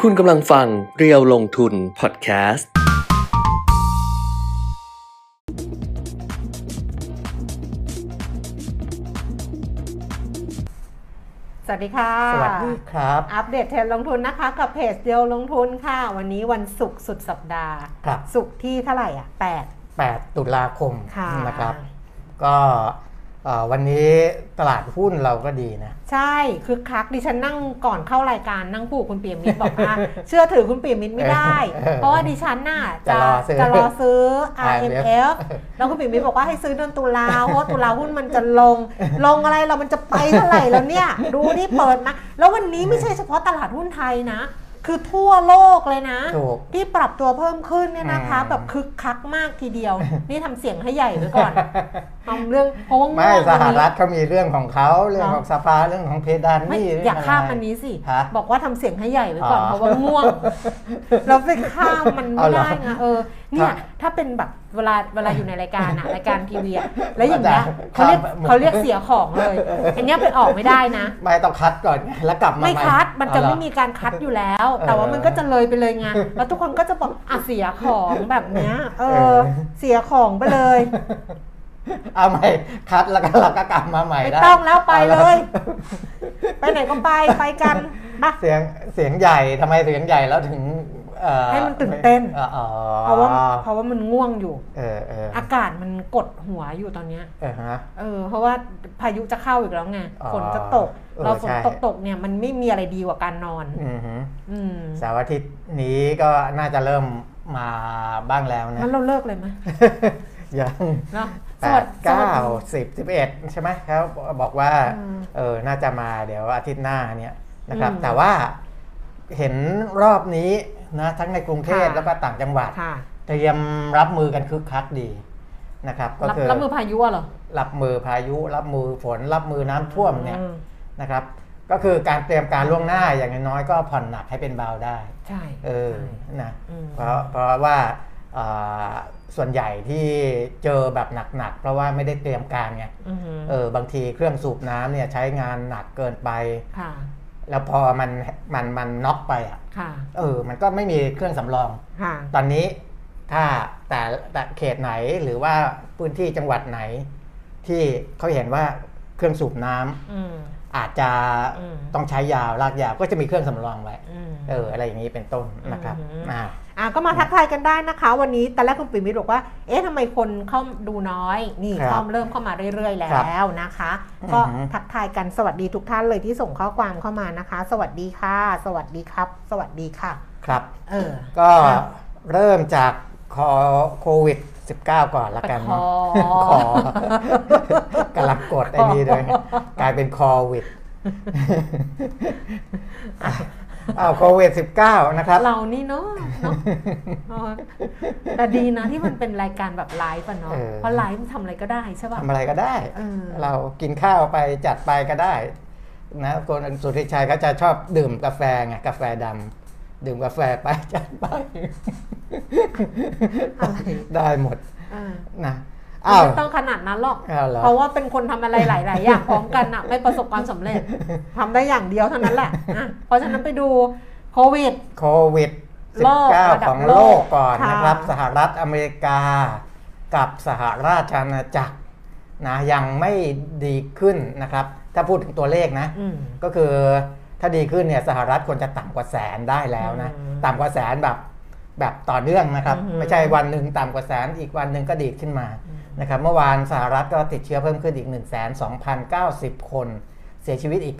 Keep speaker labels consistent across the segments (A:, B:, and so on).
A: คุณกำลังฟังเรียวลงทุนพอดแคสต์
B: สวัสดีค่ะ
C: สวัสดีครับ
B: อัปเดตเทรนด์ลงทุนนะคะ กับเพจเดียวลงทุนค่ะ วันนี้วันศุกร์สุดสัปดาห์
C: ครับ
B: ศุกร์ที่เท่าไหร่อ่ะแปด
C: 8 ตุลาคม
B: ค่ะ
C: นะครับ ก็เอ่อวันนี้ตลาดหุ้นเราก็ดีนะ
B: ใช่คือคักดิฉันนั่งก่อนเข้ารายการนั่งพูดกับคุณปียมิตรบอกว่า เชื่อถือคุณปียมิตรไม่ได้
C: เออ
B: เพราะว่าดิฉันน่ะจะ
C: จะรอซื้อ
B: จะรอซื้อ
C: IMF
B: IMF แล้วคุณปียมิตรบอกว่าให้ซื้อเดือนตุลาเพราะว่าตุลาหุ้นมันจะลง ลงอะไรเรามันจะไปเท่าไหร่แล้วเนี่ย ดูนี่เปิดนะแล้ววันนี้ไม่ใช่เฉพาะตลาดหุ้นไทยนะ คือทั่วโลกเลยนะ
C: ถูก
B: ที่ปรับตัวเพิ่มขึ้นเนี่ยนะคะ
C: อืม
B: แบบคึกคักมากทีเดียว นี่ทำเสียงให้ใหญ่ไว้ก่อนทำเรื่องเพราะว่าง่วง
C: ไม่
B: วัน
C: ส
B: นี้
C: หรัฐเขามีเรื่องของเขาเรื่อง
B: เหรอ
C: ของสภาเรื่องของเพดานห
B: ไม่
C: นี่
B: อยากข้าม
C: เรื่งะไร
B: อันนี้สิ
C: ฮะ
B: บอกว่าทำเสียงให้ใหญ่ไว้ก่อน
C: อ๋อ
B: เพราะว่าง่ว ง เราไปข้ามมัน
C: เอา
B: ไม่
C: เหรอ
B: ได้ไงเออเนี่ย
C: ถ้า
B: ถ้าเป็นแบบเวลาเวลาอยู่ในรายการอะรายการทีวี อะแล้วอย่างเงี้ย
C: เข้า
B: เขา
C: ใจ
B: เรียกเขา
C: ข้าม
B: เรียกเสียของเลย อันเนี้ยเป็นออกไม่ได้นะ
C: ไม่ต้องคัดก่อนไงแล้วกลับมา
B: ไม่
C: ให
B: คัดมันจะ
C: เอาเหร
B: ไม่
C: อ
B: มีการคัดอยู่แล้ว แต่ว่ามันก็จะเลยไปเลยไงแล้วทุกคนก็จะบอกอ่ะเสียของแบบเนี้ย เอ
C: เอ
B: อ
C: อ
B: เสียของไปเลย
C: เอาใหม่คัดแล้วก็เราก็กลับมาใหม่
B: ไม่
C: ได้
B: ต้องแล้วไป
C: อาหร
B: เล
C: อย
B: ไปไหนก็ไปไปกันปะ
C: เสียงเสียงใหญ่ทำไมเสียงใหญ่แล้วถึงเอ่อ
B: ให้มันตื่นเต้น
C: อ๋ออ๋อ
B: เพราะว่าเพราะว่ามันง่วงอยู่
C: เออเออ
B: อากาศมันกดหัวอยู่ตอนเนี้ย
C: เออฮะ
B: เออ เพราะว่าพายุจะเข้าอีกแล้วไง
C: อ๋อ
B: ฝนจะตก
C: เออ
B: เราฝน
C: ใช่
B: ตกตกๆเนี่ยมันไม่มีอะไรดีกว่าการนอน
C: อือหือ
B: อืม
C: เสาร์อาทิตย์นี้ก็น่าจะเริ่มมาบ้างแล้วนะ
B: งั้น เราเลิกเลยไหม
C: ยัง
B: เนาะ
C: แป
B: สวัส
C: ด
B: ดีส
C: เก้า
B: วัสดี
C: สิบสิบเอ็ดใช่ไหมครับบอกว่า
B: อืม
C: เออน่าจะมาเดี๋ยวอาทิตย์หน้าเนี่ยนะครับ
B: อืม
C: แต่ว่าเห็นรอบนี้นะทั้งในกรุงเทพ
B: ค่ะ
C: แล้วก็ต่างจังหวัด
B: ค่ะ
C: เตรียมรับมือกันคึกคักดีนะครับ ก็
B: รับ
C: คือ
B: รับมือพายุอะเหรอ
C: รับมือพายุ รับมือฝน รับมือน้ำท่วมเนี่ย
B: อืม
C: นะครับ ก็คือการเตรียมการล่วงหน้าอย่างน้อยๆก็ผ่อนหนักให้เป็นเบาได้
B: ใช่
C: เออ นะ
B: ใช่อืม
C: เพราะเพราะว่าเอ่อส่วนใหญ่ที่เจอแบบหนักๆ เพราะว่าไม่ได้เตรียมการไง
B: อือหือ
C: เออ บางทีเครื่องสูบน้ำเนี่ยใช้งานหนักเกินไป
B: ค่ะ
C: แล้วพอมันมันมันน็อกไปอ่ะ
B: ค่ะ
C: เออ มันก็ไม่มีเครื่องสำรอง
B: ค่ะ
C: ตอนนี้ถ้าแต่แต่เขตไหนหรือว่าพื้นที่จังหวัดไหน ที่เขาเห็นว่าเครื่องสูบน้ำ
B: อืม
C: อาจจะ
B: อืม
C: ต้องใช้ยาวลากยาวก็จะมีเครื่องสำรองไว้
B: อืม
C: เออ อะไรอย่างนี้เป็นต้นนะครับ
B: อือหืออ่
C: อ่า
B: อ่ะก็มาทักทายกันได้นะคะ วันนี้ตอนแรกคุณปิ่มมิตรบอกว่า เอ๊ะทำไมคนเข้าดูน้อย นี่
C: ครับ
B: เข้าเริ่มเข้ามาเรื่อย ๆ แล้
C: ครับ
B: วนะคะ ก็
C: อือหือ
B: ทักทายกันสวัสดีทุกท่านเลยที่ส่งข้อความเข้ามานะคะ สวัสดีค่ะ สวัสดีครับ สวัสดีค่ะ
C: ครับ
B: เออ
C: ก็
B: ครับ
C: เริ่มจากคอโควิด 19 ก่อนละกัน
B: คอ
C: เนาะคอก ำลังกดไอ้นี่เลยกลายเป็นคอวิ ดอ้าวโควิด 19 นะครับ
B: เรานี่เนาะเนอะเออแต่ดีนะที่มันเป็นรายการแบบไลฟ์อะเนาะ
C: เออ
B: เพราะไลฟ์มันทำอะไรก็ได้ใช่ป่ะ
C: ทำอะไรก็ได้
B: เออ
C: เรากินข้าวไปจัดไปก็ได้นะคนสุทธิชัยเขาจะชอบดื่มกาแฟไงกาแฟดำดื่มกาแฟไปจัดไป
B: อะไร
C: ได้หมด
B: เออ
C: นะอ้าว
B: ไม่ต้องขนาดนั้นหรอก
C: อ้าวเหรอ
B: เพราะว่าเป็นคนทำอะไรหลาย ๆ อย่างพร้อม กันอะไม่ประสบความสำเร็จทำได้อย่างเดียวเท่านั้นแหละอ่ะเพราะฉะนั้นไปดูโควิด
C: โควิด
B: โลกระดับ
C: 19ของโลกก่อน
B: โลกค่ะ
C: นะครับ สหรัฐอเมริกากับสหราชอาณาจักรนะยังไม่ดีขึ้นนะครับ ถ้าพูดถึงตัวเลขนะ
B: อืม
C: ก็คือถ้าดีขึ้นเนี่ยสหรัฐควรจะต่ำกว่าแสนได้แล้วนะ
B: อืม
C: ต่ำกว่าแสนแบบแบบต่อเนื่องนะครับ
B: อือหือ
C: ไม่ใช่วันหนึ่งต่ำกว่าแสนอีกวันหนึ่งก็ดีดขึ้นมานะครับ เมื่อวานสหรัฐก็ติดเชื้อเพิ่มขึ้นอีก 1 2 0 9 0 คน เสียชีวิตอีก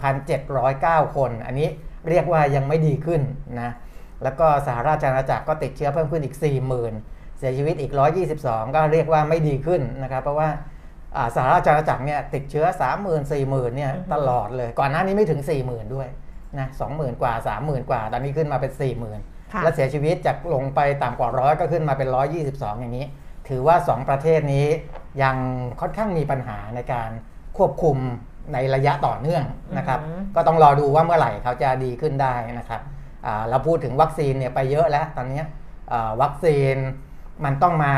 C: 1,709 คน อันนี้เรียกว่ายังไม่ดีขึ้นนะแล้วก็สหราชอาณาจักรก็ติดเชื้อเพิ่มขึ้นอีก 40,000 เสียชีวิตอีก 122 ก็เรียกว่าไม่ดีขึ้นนะครับ เพราะว่า อ่าสหราชอาณาจักรเนี่ยติดเชื้อ 3 0 0 0 0 4 0 0 0เนี่ย
B: อือฮึ
C: ตลอดเลย ก่อนหน้านี้ไม่ถึง 4 0,000 ด้วยนะ20,000 กว่า 30,000 กว่า ตอนนี้ขึ้นมาเป็น 40,000
B: ค่ะ
C: และเสียชีวิตจากลงไปต่ำกว่าร้อยก็ขึ้นมาเป็น 122 อย่างนี้ ถือว่า 2 ประเทศนี้ยังค่อนข้างมีปัญหาในการควบคุมในระยะต่อเนื่องนะครับ
B: อือฮึ
C: ก็ต้องรอดูว่าเมื่อไหร่เขาจะดีขึ้นได้นะครับอ่าเราพูดถึงวัคซีนเนี่ยไปเยอะแล้วตอนเนี้ยอ่าวัคซีนมันต้องมา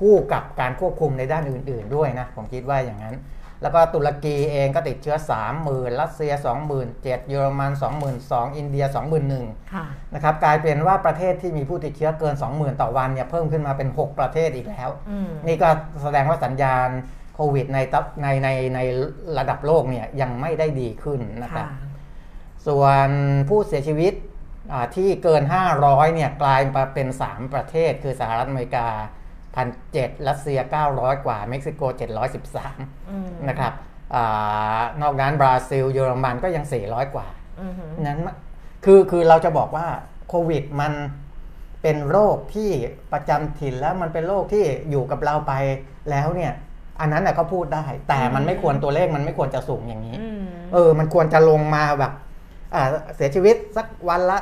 C: คู่กับการควบคุมในด้านอื่น ๆ ด้วยนะ ผมคิดว่าอย่างนั้น ห แล้วก็ตุรกีเองก็ติดเชื้อ 30,000 รัสเซีย 27,000 เยอรมัน 22,000 อินเดีย 21,000
B: ค่ะ
C: นะครับกลายเป็นว่าประเทศที่มีผู้ติดเชื้อเกิน 20,000 ต่อวันเนี่ยเพิ่มขึ้นมาเป็น 6 ประเทศอีกแล้ว
B: อืม
C: นี่ก็แสดงว่าสัญญาณโควิดในตับในในในระดับโลกเนี่ยยังไม่ได้ดีขึ้นนะครับ ส่วนผู้เสียชีวิตอ่าที่เกิน 500 เนี่ยกลายมาเป็น 3 ประเทศ คือสหรัฐอเมริกา 1,700 รัสเซีย 900 กว่า เม็กซิโก 713
B: อืม
C: นะครับอานอกนั้นบราซิล เยอรมันก็ยัง 400 กว่า
B: อืมฮึ
C: นั้นมะคือคือเราจะบอกว่าโควิดมันเป็นโรคที่ประจำถิ่นแล้วมันเป็นโรคที่อยู่กับเราไปแล้วเนี่ย อันนั้นน่ะก็พูดได้ แต่มันไม่ควรตัวเลขมันไม่ควรจะสูงอย่างนี้
B: อืม
C: เออ มันควรจะลงมาแบบอ่าเสียชีวิตสักวันละ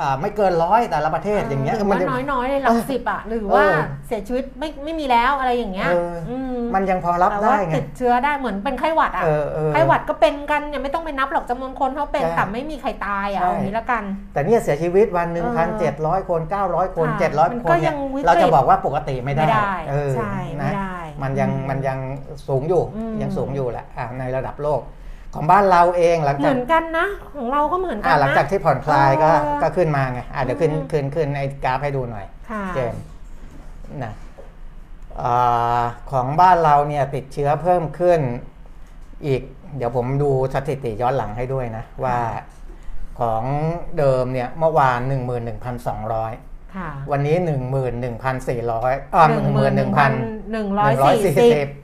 C: อ่าไม่เกินร้อยแต่ละประเทศอย่างเงี้ย
B: หรื
C: มั
B: ว่าน
C: จะ
B: น้อยๆเลยหลักสิบอะหรือว่า
C: เออ
B: เสียชีวิตไม่ไม่มีแล้วอะไรอย่างเงี้ย
C: เออ
B: ม
C: มันยังพอรับ
B: แต่
C: ได้
B: ว่า
C: ไง
B: ติดเชื้อได้เหมือนเป็นไข้หวัดอะ
C: เออเออ
B: ไข้หวัดก็เป็นกันเนี่ยไม่ต้องไปนับหรอกจำนวนคนเขาเป็น
C: ใช่
B: แต่ไม่มีใครตายอะ
C: ใช่
B: เอาอย่างนี้ละกัน
C: แต่เนี่ยเสียชีวิตวันหนึ่ง
B: เอ
C: พันเจ็
B: อ
C: ดร้อยคนเก้าร้อยคน
B: ค่ะ
C: เจ็ดร้อย
B: มัน
C: ค
B: ก็
C: น
B: ยั
C: เนี่ย
B: งวิกฤต
C: เราจะบอกว่าปกติไม่ได้
B: ไม่ได้
C: เออ
B: ใช่ไม่
C: นะ
B: ได้
C: มันยัง
B: อืม
C: มันยังสูงอยู่
B: อืม
C: ยังสูงอยู่แหละอ่ะในระดับโลก ของบ้านเราเองหลัง
B: เหมื
C: จาก
B: อนกันนะ ของเราก็เหมือนกั
C: อ่ะ
B: น
C: หลังจา
B: นะ
C: กที่ผ่อนคลายก็
B: เออ
C: ก็ขึ้นมาไงอ่ะเดี๋ยวขึ้น
B: อืม
C: ขึ้นขึ้นไอ้กราฟให้ดูหน่อย
B: ค่ะ
C: เจมส์นะอาของบ้านเราเนี่ยติดเชื้อเพิ่มขึ้นอีก เดี๋ยวผมดูสถิติย้อนหลังให้ด้วยนะ ว่าของเดิมเนี่ยเมื่อวาน 11,200
B: ค่ะ
C: วันนี้ 11,400อ่า11,000
B: หนึ่งร้อยสี่สิบ
C: 140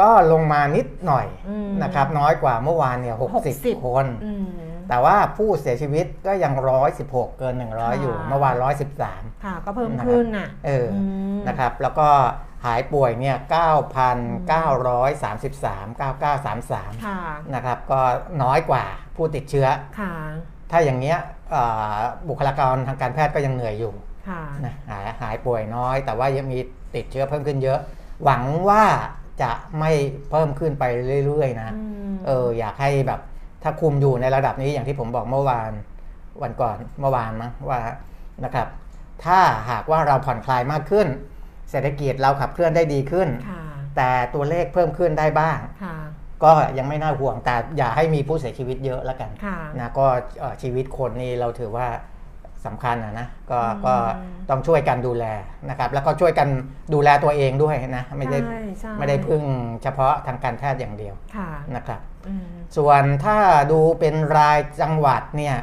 C: ก็ลงมานิดหน่อย
B: อืม
C: นะครับ น้อยกว่าเมื่อวานเนี่ย
B: 60
C: 60 คน
B: อืม
C: แต่ว่าผู้เสียชีวิตก็ยัง 116 เกิน 100 อยู่
B: ค่ะ
C: เมื่อวาน 113
B: ค่ะ ก็เพิ่มขึ้นน่ะ
C: เอออ
B: ม
C: นะครับ แล้วก็หายป่วยเนี่ย 9,933 9,933
B: ค่ะ
C: นะครับ ก็น้อยกว่าผู้ติดเชื้อ
B: ค่ะ
C: ถ้าอย่างเงี้ยเอ่อบุคลากรทางการแพทย์ก็ยังเหนื่อยอยู่
B: ค่ะ
C: นะหายหายป่วยน้อย แต่ว่ายังมีติดเชื้อเพิ่มขึ้นเยอะ หวังว่าจะไม่เพิ่มขึ้นไปเรื่อยๆนะ
B: อืม
C: เอออยากให้แบบถ้าคุมอยู่ในระดับนี้อย่างที่ผมบอกเมื่อวานวันก่อนเมื่อวานมั้งว่านะครับ ถ้าหากว่าเราผ่อนคลายมากขึ้น เศรษฐกิจเราขับเคลื่อนได้ดีขึ้น
B: ค่ะ
C: แต่ตัวเลขเพิ่มขึ้นได้บ้าง
B: ค่ะ
C: ก็ยังไม่น่าห่วงแต่อย่าให้มีผู้เสียชีวิตเยอะละกัน
B: ค่ะ
C: นะก็เอ่อชีวิตคนนี่เราถือว่าสำคัญนะนะก็
B: อืม
C: ก็ต้องช่วยกันดูแลนะครับ แล้วก็ช่วยกันดูแลตัวเองด้วยนะไม่ได้
B: ใช่ใช่
C: ไม่ได้พึ่งเฉพาะทางการแพทย์อย่างเดียว
B: ค่ะ
C: นะครับ
B: อืม
C: ส่วนถ้าดูเป็นรายจังหวัดเนี่ย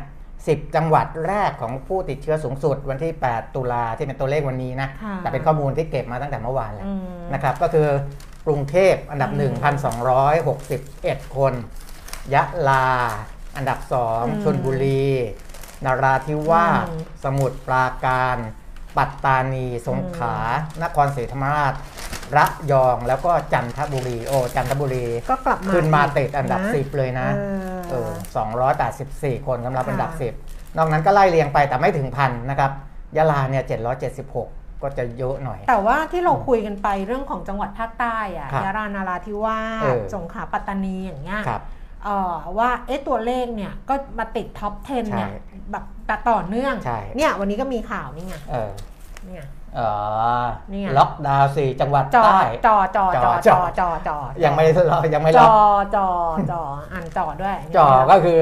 C: 10 จังหวัดแรกของผู้ติดเชื้อสูงสุดวันที่ 8 ตุลาที่เป็นตัวเลขวันนี้นะ
B: ค่ะ
C: แต่เป็นข้อมูลที่เก็บมาตั้งแต่เมื่อวานแล้ว
B: อืม
C: นะครับ ก็คือกรุงเทพอันดับ 1,261 คน ยะลา อันดับ
B: อืม
C: 2ชนบุรี นราธิวาส
B: อืม
C: สมุทรปราการ ปัตตานี สงขลา นครศรีธรรมราช ระยอง แล้วก็จันทบุรี โอ้ จันทบุรี
B: ก็กลับมา
C: ขึ้นมา
B: อีก
C: ติดอันดับ
B: นะ
C: สิบเลยนะ
B: เอ
C: เอ
B: อ
C: อ284 คนสำหรับ
B: ค่ะ
C: อันดับ 10 นอกนั้นก็ไล่เรียงไปแต่ไม่ถึงพันนะครับ ยะลาเนี่ย 776 ก็จะเยอะหน่อย
B: แต่ว่าที่เราคุยกันไปเรื่องของจังหวัดภาคใต้อะ
C: ครับ
B: ยะลานาราธิวา
C: เอ
B: ส
C: อ
B: สงขลาปัตตานีอย่างเงี้ย
C: ครับ
B: เอ่อว่าเอ๊ะตัวเลขเนี่ยก็มาติดท็อป 10 เนี่ย
C: ใช่
B: แบบแบบต่อเนื่อง
C: ใช่
B: เนี่ยวันนี้ก็มีข่าวนี่ไง
C: เออ
B: เนี่ย
C: เออ
B: เนี่ย
C: ล็อกดาวน์สี่จังหวัด
B: จอ
C: ใต้
B: จอจอจอจ
C: จ
B: อ
C: อ
B: จอจอ
C: ยังไม่ ได้ล็อกยังไม่
B: จอ
C: ล็อก
B: จอจออ่านจอด้วย
C: จ่อก็คือ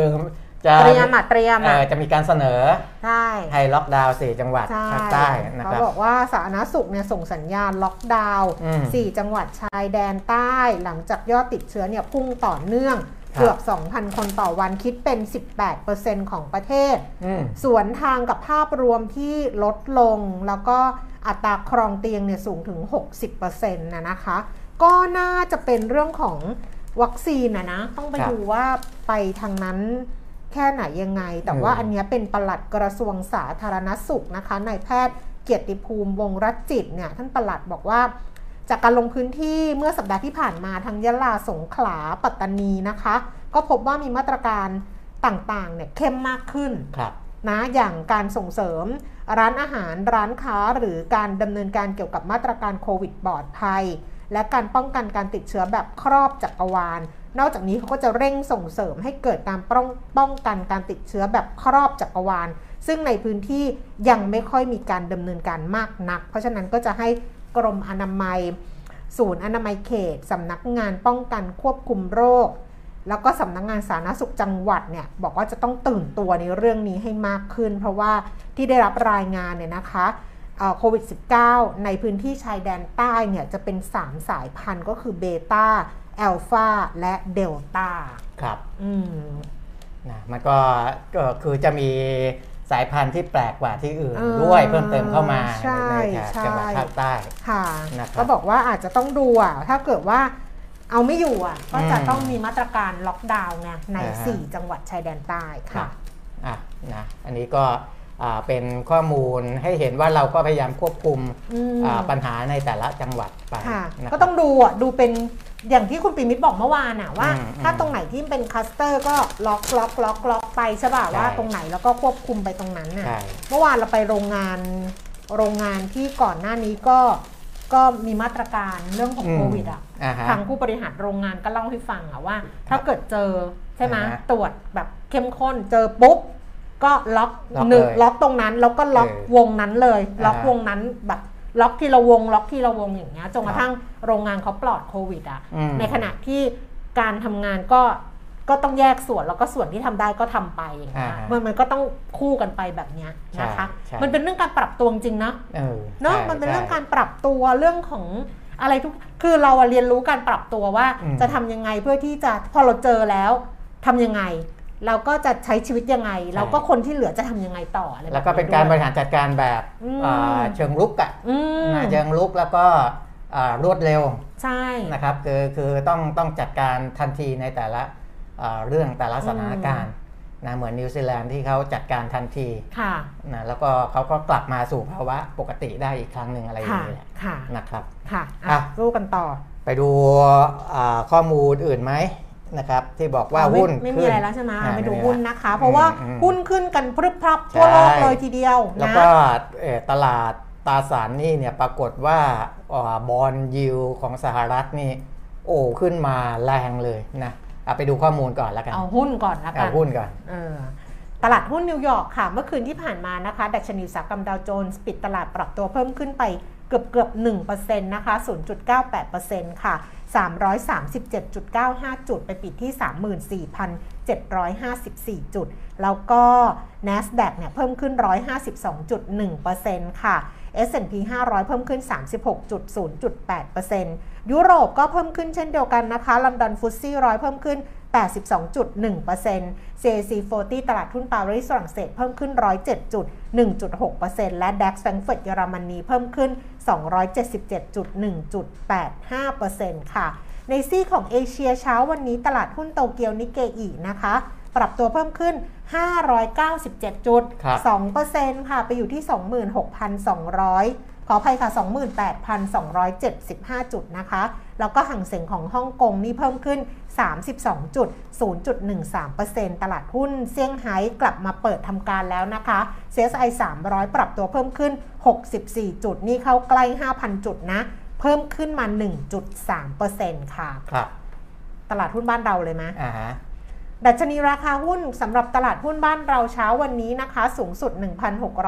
C: จะ
B: เตรียมอ่ะเตรียม
C: เอ
B: อ่ะ
C: อจะมีการเสนอ
B: ใช่
C: ให้ล็อกดาวน์สี่จังหวัด
B: ใช่
C: ภาคใต้นะ
B: เขา
C: ครับ
B: บอกว่าสาธารณสุขเนี่ยส่งสัญญาณล็อกดาวน์
C: อืม
B: สี่จังหวัดชายแดนใต้ หลังจากยอดติดเชื้อเนี่ยพุ่งต่อเนื่อง
C: ครับ
B: เกือบ 2,000 คนต่อวันคิดเป็น 18%ของประเทศ
C: อืม
B: สวนทางกับภาพรวมที่ลดลง แล้วก็อัตราครองเตียงเนี่ยสูงถึง 60%นะนะคะ ก็น่าจะเป็นเรื่องของวัคซีนนะนะ ต้องไป
C: ครับ
B: ดูว่าไปทางนั้นแค่ไหนยังไง แต่ว่า
C: อืม
B: อันเนี้ยเป็นปลัดกระทรวงสาธารณสุขนะคะนายแพทย์เกียรติภูมิวงศ์รัตจิตเนี่ยท่านปลัดบอกว่า จากการลงพื้นที่เมื่อสัปดาห์ที่ผ่านมาทั้งยะลาสงขลาปัตตานีนะคะ ก็พบว่ามีมาตรการต่างๆเนี่ยเข้มมากขึ้น
C: ครับ
B: นะอย่างการส่งเสริมร้านอาหารร้านค้าหรือการดำเนินการเกี่ยวกับมาตรการโควิดปลอดภัย และการป้องกันการติดเชื้อแบบครอบจักรวาล นอกจากนี้เขาก็จะเร่งส่งเสริมให้เกิดการป้องป้องกันการติดเชื้อแบบครอบจักรวาล ซึ่งในพื้นที่ยังไม่ค่อยมีการดำเนินการมากนัก เพราะฉะนั้นก็จะให้กรมอนามัย ศูนย์อนามัยเขตสำนักงานป้องกันควบคุมโรค แล้วก็สำนักงานสาธารณสุขจังหวัดเนี่ยบอกว่าจะต้องตื่นตัวในเรื่องนี้ให้มากขึ้น เพราะว่าที่ได้รับรายงานเนี่ยนะคะเอ่อโควิด -19 ในพื้นที่ชายแดนใต้เนี่ยจะเป็น 3 สายพันธุ์ก็คือเบต้าแอลฟาและเดลต้า
C: ครับ
B: อืม
C: นะมันก็ก็คือจะมีสายพันธุ์ที่แปลกกว่าที่อื่น
B: เออ
C: ด้วยเพิ่มเติมเข้ามา
B: ใช่
C: ในแถบ
B: ใช่
C: จังหวัดภาคใต้
B: ค่ะ
C: นะครับ
B: ก็บอกว่าอาจจะต้องดูอ่ะถ้าเกิดว่าเอาไม่อยู่อ่ะก็จะ
C: อืม
B: ต้องมีมาตรการล็อกดาวน์ไงใน
C: อ่าฮะ
B: 4 จังหวัดชายแดนใต้ค่ะ
C: อ่ะนะอันนี้ก็อ่าเป็นข้อมูลให้เห็นว่าเราก็พยายามควบคุม
B: อืม
C: อ่าปัญหาในแต่ละจังหวัดไป
B: ค่ะ
C: นะครับ
B: ก็ต้องดูอ่ะดูเป็นอย่างที่คุณปีมิตรบอกเมื่อวานอ่ะว่า
C: อืม
B: ถ้าตรงไหนที่เป็นคลัสเตอร์ก็ล็อกล็อกล็อกล็อกไปใช่ป่ะ
C: ใช่
B: ว่าตรงไหนแล้วก็ควบคุมไปตรงนั้นน่ะ
C: ใช่
B: เมื่อวานเราไปโรงงานโรงงานที่ก่อนหน้านี้ก็ก็มีมาตรการเรื่องของโควิดอ่ะ
C: อ่าฮะ
B: ทางผู้บริหารโรงงานก็เล่าให้ฟังอะว่า ถ้าเกิดเจอใช่ไหม
C: อ่าฮะ
B: ตรวจแบบเข้มข้นเจอปุ๊บ ก็ล็อก
C: ล็อก
B: หนึ่ง
C: เลย
B: ล็อกตรงนั้นแล้วก็ล็อก
C: เออ
B: วงนั้นเลย ล็อก
C: อ่าฮะ
B: วงนั้นแบบล็อกทีละวง ล็อกทีละวงอย่างเงี้ยจนกระทั่งโรงงานเขาปลอดโควิดอะ
C: อืม
B: ในขณะที่การทำงานก็ก็ต้องแยกส่วนแล้วก็ส่วนที่ทำได้ก็ทำไปอย่างเงี้ย
C: อ่าฮะ
B: มันมันก็ต้องคู่กันไปแบบเนี้ยนะคะ
C: ใช่ใช่
B: มันเป็นเรื่องการปรับตัวจริงๆนะ
C: เออ
B: เนาะ
C: ใช่
B: มันเป็นเรื่อง
C: ใช่
B: การปรับตัวเรื่องของอะไรทุกคือเราอะเรียนรู้การปรับตัวว่า
C: อืม
B: จะทำยังไงเพื่อที่จะพอเราเจอแล้วทำยังไง เราก็จะใช้ชีวิตยังไง
C: ใช่
B: แล้วก็คนที่เหลือจะทำยังไงต่ออะไรแบบ
C: แล้วก็เป็นการบ
B: ด้วย
C: ริหารจัดการแบบ
B: อืม
C: อ่าเชิงลุกอะ
B: อืม
C: นะเชิงลุกแล้วก็อ่ารวดเร็ว
B: ใช่
C: นะครับคือคือต้องต้องจัดการทันทีในแต่ละอ่าเรื่องแต่ละสถานการณ์นะเหมือนนิวซีแลนด์ที่เขาจัดการทันที
B: ค่ะ
C: นะแล้วก็เขาก็กลับมาสู่ภาวะปกติได้อีกครั้งหนึ่งอะไรอย่าง
B: ค่ะ
C: นี้แหละ
B: ค่ะ
C: นะครับ
B: ค่ะอ่ะ
C: อ่ะ
B: สู้กันต่อ
C: ไปดูอ่าข้อมูลอื่นไหมนะครับ ที่บอกว่า
B: เอไม่
C: หุ้น
B: ไม่มี
C: ขึ้น
B: อะไรแล้วใช่ไหม
C: อ่า
B: ไป
C: ม่
B: ดู
C: มี
B: หุ้น
C: แล้ว
B: นะคะ เพราะว่า
C: อืม
B: หุ้นขึ้นกันพรึบพรับทั่วโลก
C: ใช่
B: เลยทีเดียว
C: แล้ว
B: นะ
C: ก็เอ่อตลาดตราสารหนี้เนี่ยปรากฏว่าบอลยิวของสหรัฐนี่ โอ้ขึ้นมาแรงเลยนะเอาไปดูข้อมูลก่อนแล้วกัน
B: เอาหุ้นก่อนละกั
C: เอา
B: น
C: หุ้นก่อน
B: เออตลาดหุ้นนิวยอร์กค่ะ เมื่อคืนที่ผ่านมานะคะ ดัชนีอุตสาหกรรมดาวโจนส์ปิดตลาดปรับตัวเพิ่มขึ้นไปเกือบเกือบ1%นะคะ 0.98%ค่ะ 337.95 จุด ไปปิดที่ 34,754 จุด แล้วก็ NASDAQ เนี่ยเพิ่มขึ้น 152.1%ค่ะ S&P 500 เพิ่มขึ้น 36.0.8%ยุโรปก็เพิ่มขึ้นเช่นเดียวกันนะคะ ลอนดอนฟุตซี่ร้อยเพิ่มขึ้น 82.1% CAC 40 ตลาดหุ้นปารีสฝรั่งเศสเพิ่มขึ้น 107.1.6%และ DAX แฟรงก์เฟิร์ตเยอรมนีเพิ่มขึ้น 277.1.85%ค่ะ ในซีกของเอเชียเช้าวันนี้ตลาดหุ้นโตเกียวนิเกอีนะคะ ปรับตัวเพิ่มขึ้น 597จุด
C: ครับ
B: 2%ค่ะ ไปอยู่ที่ 26,200 ขออภัยค่ะ 28,275 จุดนะคะ แล้วก็ห่างเสียงของฮ่องกงนี่เพิ่มขึ้น 32จุด0.13%ตลาดหุ้นเซี่ยงไฮ้กลับมาเปิดทำการแล้วนะคะ CSI 300 ปรับตัวเพิ่มขึ้น 64 จุดนี่เข้าใกล้ 5,000 จุดนะ เพิ่มขึ้นมา 1.3%ค่ะ
C: ครับ
B: ตลาดหุ้นบ้านเราเลยไหม
C: อ่าฮะ
B: ดัชนีราคาหุ้นสำหรับตลาดหุ้นบ้านเราเช้าวันนี้นะคะ สูงสุด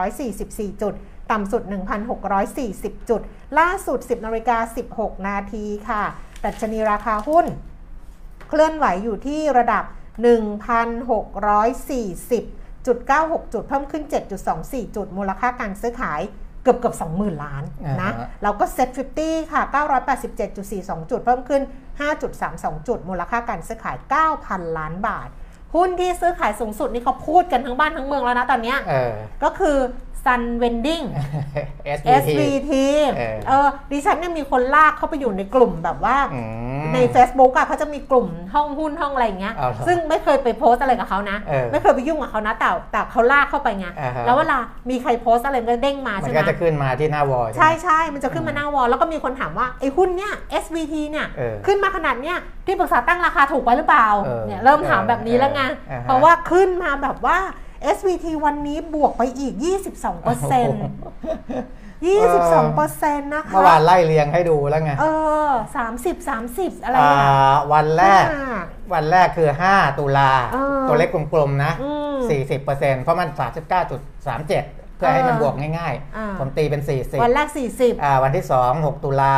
B: 1,644 จุด ต่ำสุด 1,640 จุด ล่าสุด 10นาฬิกา16 นาทีค่ะ ดัชนีราคาหุ้น เคลื่อนไหวอยู่ที่ระดับ 1,640.96 จุด เพิ่มขึ้น 7.24 จุด มูลค่าการซื้อขายเกือบเกือบ20,000 ล้านนะ
C: อ่าฮะ
B: แล้วก็เซ็ต50 ค่ะ 987.42 จุด เพิ่มขึ้น 5.32 จุด มูลค่าการซื้อขาย 9,000 ล้านบาท หุ้นที่ซื้อขายสูงสุดนี่เขาพูดกันทั้งบ้านทั้งเมืองแล้วนะตอนเนี้ย
C: เอ อ
B: ก็คือ Sun Vending
C: SBT
B: SVT
C: เออ
B: เออดิฉันเนี่ยมีคนลากเข้าไปอยู่ในกลุ่มแบบว่า
C: อืม
B: ใน Facebook อะเขาจะมีกลุ่มห้องหุ้นห้องอะไรอย่างเงี้ย
C: เอาเหรอ
B: ซึ่งไม่เคยไปโพสต์อะไรกับเขานะ
C: เออ
B: ไม่เคยไปยุ่งกับเขานะ แต่แต่เขาลากเข้าไปไง
C: อ่าฮะ
B: แล้วเวลามีใครโพสต์อะไรมันก็เด้งมา
C: มัน
B: ใช่ไหม
C: ก็จะขึ้นมาที่หน้าวอล
B: ใช่
C: ไหม
B: ใช่มันจะขึ้นมาหน้าวอลแล้วก็มีคนถามว่าไอ้หุ้นเนี่ย SVT เนี่ย
C: เออ
B: ขึ้นมาขนาดเนี้ยที่ปรึกษาตั้งราคาถูกไปหรือเปล่า
C: เออ
B: เนี่ยเริ่มถามแบบนี้แล้วไง
C: เออเออ
B: เพราะว่าขึ้นมาแบบว่า SVT วันนี้บวกไปอีก 22เปอร์เซ็นต์22เปอร์เซ็นต์นะคะ
C: เมื่อวานไล่เรียงให้ดูแล้วไง
B: เออ30 30 อะไร
C: อ่
B: อ่ะ
C: าวันแรก
B: อ่า
C: วันแรกคือ 5 ตุลา
B: เออ
C: ตัวเลขกลมๆ นะ
B: อืม
C: 40%เพราะมัน 39.37 เพื่อให้มันบวกง่าย
B: อ่า
C: ๆ ผมตีเป็น 40
B: วันแรก 40
C: อ่าวันที่ 2 6 ตุลา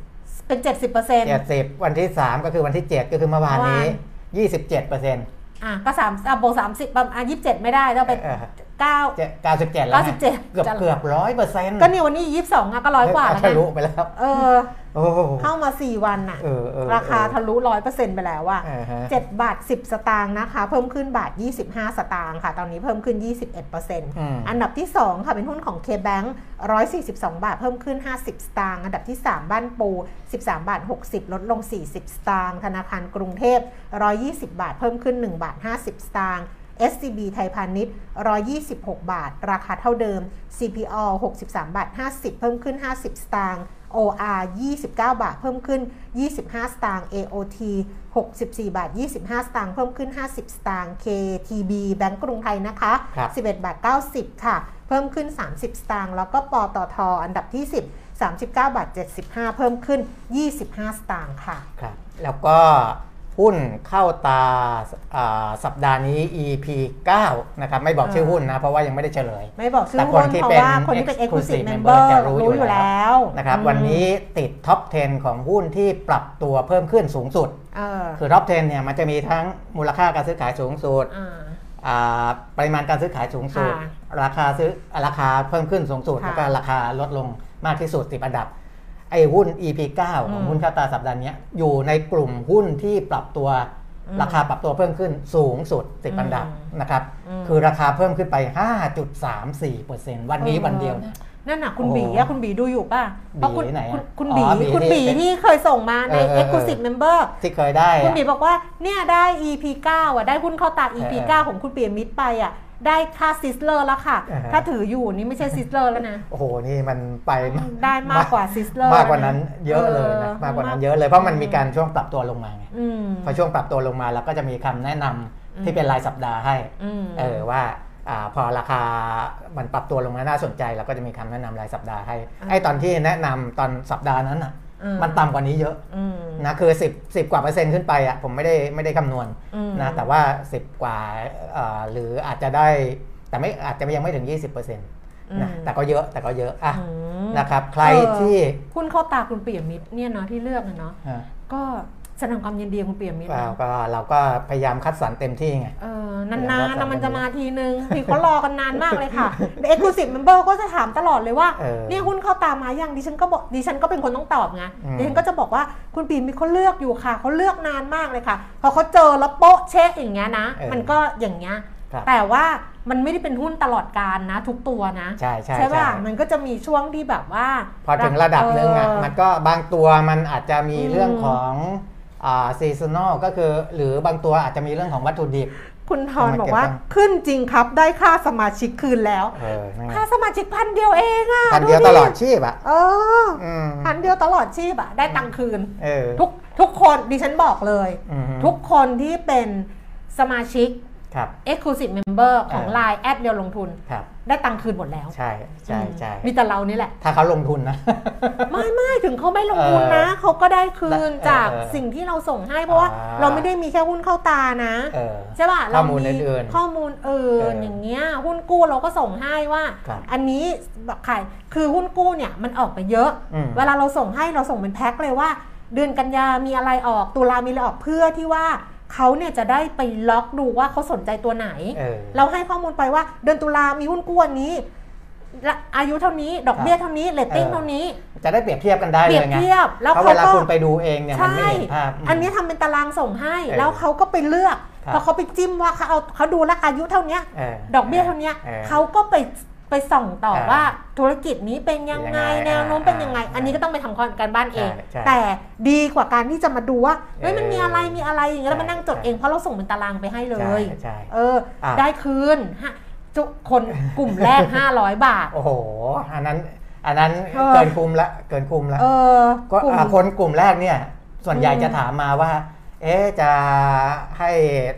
C: 30
B: เป็น 70เปอร์เซ็นต์
C: 70 วันที่ 3 ก็คือวันที่ 7 ก็คือเมื่อวานนี้
B: เมื่
C: 27เปอร์เซ็นต์
B: อ่ะก็สามอ่ะโบสามสิบประมาณยี่สิบเจ็ดไม่ได้ต้องเป็นเก้า
C: 97 แล้วไง
B: 97
C: เกือบ
B: จะ
C: เกือบร้อยเปอร์เซ็นต์
B: ก็นี่วันนี้ยี่สิบสองอ่ะก็ร้อยกว่าแล้วไง
C: ทะลุไปแล้ว
B: เออ
C: โอ้โห
B: เข้ามาสี่วันอ่ะ
C: เออเออ
B: ราคา
C: เออ
B: ทะลุร้อยเปอร์เซ็นต์ไปแล้วอ่ะ
C: อ่าฮะ
B: 7 บาท 10 สตางค์นะคะ เพิ่มขึ้นบาท 25 สตางค์ค่ะ ตอนนี้เพิ่มขึ้น 21%อ
C: ม
B: ันดับที่ 2 ค่ะ เป็นหุ้นของ K-Bank 142 บาท เพิ่มขึ้น 50 สตางค์อันดับที่ 3 บ้านปู 13 บาท 60 ลดลง 40 สตางค์ธนาคารกรุงเทพ 120 บาท เพิ่มขึ้น 1 บาท 50 สตางค์ SCB ไทยพาณิชย์ 126 บาท ราคาเท่าเดิม CPO 63 บาท 50 เพิ่มขึ้น 50 สตางค์ OR 29 บาท เพิ่มขึ้น 25 สตางค์ AOT 64 บาท 25 สตางค์ เพิ่มขึ้น 50 สตางค์ KTB แบงก์กรุงไทยนะคะ
C: ครับ
B: 11 บาท 90 ค่ะ เพิ่มขึ้น 30 สตางค์ แล้วก็ปตทอันดับที่ 10 39 บาท 75 เพิ่มขึ้น 25 สตางค์ค่ะ
C: ครับแล้วก็หุ้นเข้าตาอ่าสัปดาห์นี้ EP 9 นะครับ ไม่บอก
B: อ่า
C: ชื่อหุ้นนะ เพราะว่ายังไม่ได้เฉลย
B: ไม่บอกชื่
C: แต่
B: อ
C: ค
B: หุ้
C: น
B: น
C: ที่
B: เพราะ
C: เป็น
B: ว่าคนที่เป็น
C: exclusive
B: exclusive
C: member
B: member
C: จะรู้
B: รู้
C: อ
B: อยู่ ยู่
C: แล้
B: แล้ว
C: นะครับ
B: อืม
C: วันนี้ติดท็อป 10 ของหุ้นที่ปรับตัวเพิ่มขึ้นสูงสุด
B: เออ
C: คือท็อป 10 เนี่ยมันจะมีทั้งมูลค่าการซื้อขายสูงสุด
B: อ่า
C: อ่าปริมาณการซื้อขายสูงสุด
B: ค่ะ
C: ราคาซื้ออ่าราคาเพิ่มขึ้นสูงสุด
B: ค่ะ
C: แล้วก็ราคาลดลงมากที่สุด10อันดับ ไอ้หุ้น EP 9ของหุ้นเข้าตาสัปดาห์เนี้ยอยู่ในกลุ่มหุ้นที่ปรับตัวราคาปรับตัวเพิ่มขึ้นสูงสุด10อันดับนะครับ คือราคาเพิ่มขึ้นไป 5.34%วันนี้วันเดียวนะ
B: นั่นน่ะคุณ
C: โอ้
B: บีอะคุณบีดูอยู่ป่ะเพราะคุณ
C: บีไหนอะ
B: คุณคุณ
C: อ๋อ
B: บี
C: บี
B: คุณ
C: ที่
B: บี
C: เป็น
B: ที่เคยส่งมาใน
C: เออเออเออ
B: exclusive member
C: ที่เคยได้
B: คุณ
C: อะ
B: บีบอกว่าเนี่ยได้ EP 9อ่ะได้หุ้นเข้าตา EP
C: เออเออ
B: 9ของคุณเปียมิตรไปอ่ะได้ค่าซิสเลอร์แล้วค่ะ
C: อ่าฮะ
B: ถ้าถืออยู่นี่ไม่ใช่ซิสเลอร์แล้วนะ
C: โอ้โห นี่มันไป
B: ได้มากกว่าซิสเลอร์
C: มากกว่านั้นเยอะเลยนะ มากกว่านั้นเยอะเลย เพราะมันมีการช่วงปรับตัวลงมาไง
B: อืม
C: พอช่วงปรับตัวลงมาเราก็จะมีคำแนะนำที่เป็นรายสัปดาห์ให้
B: อืม
C: เออว่าอาพอราคา มันปรับตัวลงมาน่าสนใจเราก็จะมีคำแนะนำรายสัปดาห์ให้ ไอ้ตอนที่แนะนำตอนสัปดาห์นั้นอ่ะ
B: อืม
C: มันต่ำกว่านี้เยอะ
B: อืม
C: นะคือ 10 10 กว่าเปอร์เซ็นต์ขึ้นไปอ่ะผมไม่ได้ไม่ได้คำนวณ
B: อืม
C: นะแต่ว่า 10 กว่าเอ่อหรืออาจจะได้ แต่ไม่อาจจะยังไม่ถึง 20เปอร์เซ็นต์นะแต่ก็เยอะแต่ก็เยอะอ่ะ
B: อืม
C: นะครับ ใครที่
B: หุ้นเข้าตาคุณเปียมิตรเนี่ยเนาะที่เลือกอะเนาะ
C: อ่ะ
B: ก็แสดงความยินดีกับคุณเปียมิตร
C: เปล่า
B: นะ
C: ก็เราก็พยายามคัดสรรเต็มที่ไง
B: เออนานๆ
C: เดี๋ยวรอสาย
B: นะมันจะมาที นึงพี่เขารอกันนานมากเลยค่ะเอ็กซ์คลูซีฟเมมเบอร์ก็จะถามตลอดเลยว่า
C: เออ
B: เนี่ยหุ้นเข้าตามมายังดิฉันก็บอกดิฉันก็เป็นคนต้องตอบไง
C: อืม
B: ดิฉันก็จะบอกว่าคุณปีมีเขาเลือกอยู่ค่ะเขาเลือกนานมากเลยค่ะ พอเขาเจอแล้วโป๊ะเชะอย่างเงี้ยนะ มันก็อย่างเงี้ย
C: ครับ
B: แต่ว่ามันไม่ได้เป็นหุ้นตลอดการนะ ทุกตัวนะ
C: ใช่ใช่
B: ป่ะมันก็จะมีช่วงที่แบบว่า
C: พอถึงระดับหนึ่งอ่ะ
B: เ
C: มันก็บางตัวมันอาจจะมี
B: อืม
C: เรื่องของซีซันอลก็คือ หรือบางตัวอาจจะมีเรื่องของวัตถุดิบ
B: คุณทอน
C: เอามา
B: บอกว่า
C: เก็บบ้าง
B: ขึ้นจริงครับได้ค่าสมาชิกคืนแล้ว
C: เออนั่นไง
B: ค่าสมาชิกพันเดียวเองอะ
C: พันเดียวตลอดชีพอ่ะ
B: เออ
C: อืม
B: พันเดียวตลอดชีพอะได้ตังค์คืน
C: เออ
B: ทุกทุกคนดิฉันบอกเลย
C: อืม
B: ทุกคนที่เป็นสมาชิก
C: ครับ
B: Exclusive Member ของ
C: เออ
B: Line แอดเรียวลงทุน
C: ครับ
B: ได้ตังค์คืนหมดแล้ว
C: ใช่ใช่ใช่
B: มีแต่เรานี่แหละ
C: ถ้าเขาลงทุนนะ
B: ไม่ไม่ถึงเขาไม่ลงทุนนะ
C: เออ
B: เขาก็ได้คืน
C: ได้
B: จาก
C: เออเออ
B: สิ่งที่เราส่งให้เพราะว่า
C: อ่า
B: เราไม่ได้มีแค่หุ้นเข้าตานะ
C: เออ
B: ใช่ป่ะ
C: ข้อมูล
B: เรา
C: อื่นๆ
B: ข้อมูลอื่
C: เอน ออ
B: อย่างเงี้ยหุ้นกู้เราก็ส่งให้ว่า
C: ครับ
B: อันนี้แบบใครคือหุ้นกู้เนี่ยมันออกไปเยอะ
C: อืม
B: เวลาเราส่งให้เราส่งเป็นแพ็คเลยว่า เดือนกันยามีอะไรออกตุลามีอะไรออกเพื่อที่ว่าเขาเนี่ยจะได้ไปล็อกดูว่าเขาสนใจตัวไหน
C: เออ
B: เราให้ข้อมูลไปว่าเดือนตุลามีหุ้นกู้อันนี้และอายุเท่านี้ดอกเบี้ยเท่านี้เลตติ้ง
C: เออ
B: เท่านี้
C: จะได้เปรียบเทียบกันได้
B: เป
C: เล
B: รียบ
C: ยไง
B: เทียบแล้ว
C: เพราะ
B: เขา
C: เวลา
B: ก็
C: คุณไปดูเองเนี่ยมันไม่
B: ใช่
C: เห็นภาพม
B: อันนี้ทำเป็นตารางส่งให้
C: เออ
B: แล้วเขาก็ไปเลือก
C: ครับ
B: พอเขาไปจิ้มว่าเขาเอาเขาดูราคาอายุเท่าเนี้ย
C: เ
B: ดอกเบี้ยเท่าเนี้ย
C: ออ
B: เขาก็ไปไปส่องต่อ
C: เออ
B: ว่าธุรกิจนี้เป็นยังไง
C: ยังไง
B: แนวโน้มเป็นยังไง
C: เออ
B: อันนี้ก็ต้องไปทำความการบ้านเอง
C: ใช่ใช่
B: แต่ดีกว่าการที่จะมาดูว่าเฮ้ยมันมีอะไรมีอะไรอย่างเงี้ย
C: ใช่
B: แล้วมานั่งจด
C: ใช่
B: เองเพราะเราส่งเป็นตารางไปให้เล
C: ใช่
B: ย
C: ใช่
B: เออ
C: อ่ะ
B: ได้คืนฮะทุกคนกลุ่มแรก 500 บาท
C: โอ้โห อันนั้นอันนั้น
B: เออ
C: เกินคุมละเกินคุมละ
B: เออ
C: ก็
B: กลุ่ม
C: อ่ะคนกลุ่มแรกเนี่ย ส่วนใหญ่
B: อืม
C: จะถามมาว่า เอ๊ะจะให้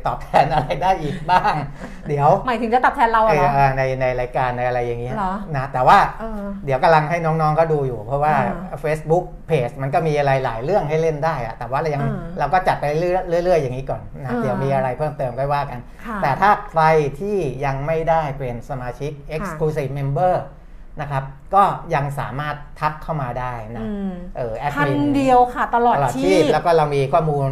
C: ตอบแทนอะไรได้อีกบ้าง เดี๋ยว
B: หมายถึงจะตอบแทนเราอะเหรอ
C: เออในในรายการในอะไรอย่างเงี้ย
B: เหรอ
C: นะแต่ว่า
B: เออ
C: เดี๋ยวกำลังให้น้องๆก็ดูอยู่ เพราะว่า
B: อ่า
C: Facebook Page มันก็มีอะไรหลายเรื่องให้เล่นได้อะแต่ว่าเรายัง
B: อ่า
C: เราก็จัดไปเรื่อยๆเรื่อยๆอย่างนี้ก่อนนะ
B: อ่า
C: เดี๋ยวมีอะไรเพิ่มเติมก็ว่ากัน
B: ค่ะ
C: แต่ถ้าใครที่ยังไม่ได้เป็นสมาชิก Exclusive Member นะครับ ก็ยังสามารถทักเข้ามาได้นะ
B: อืม
C: เออแอด
B: พัน
C: มิน
B: เดียวค่ะ ตลอดชีพ
C: แล้วก็เรามีข้อมูล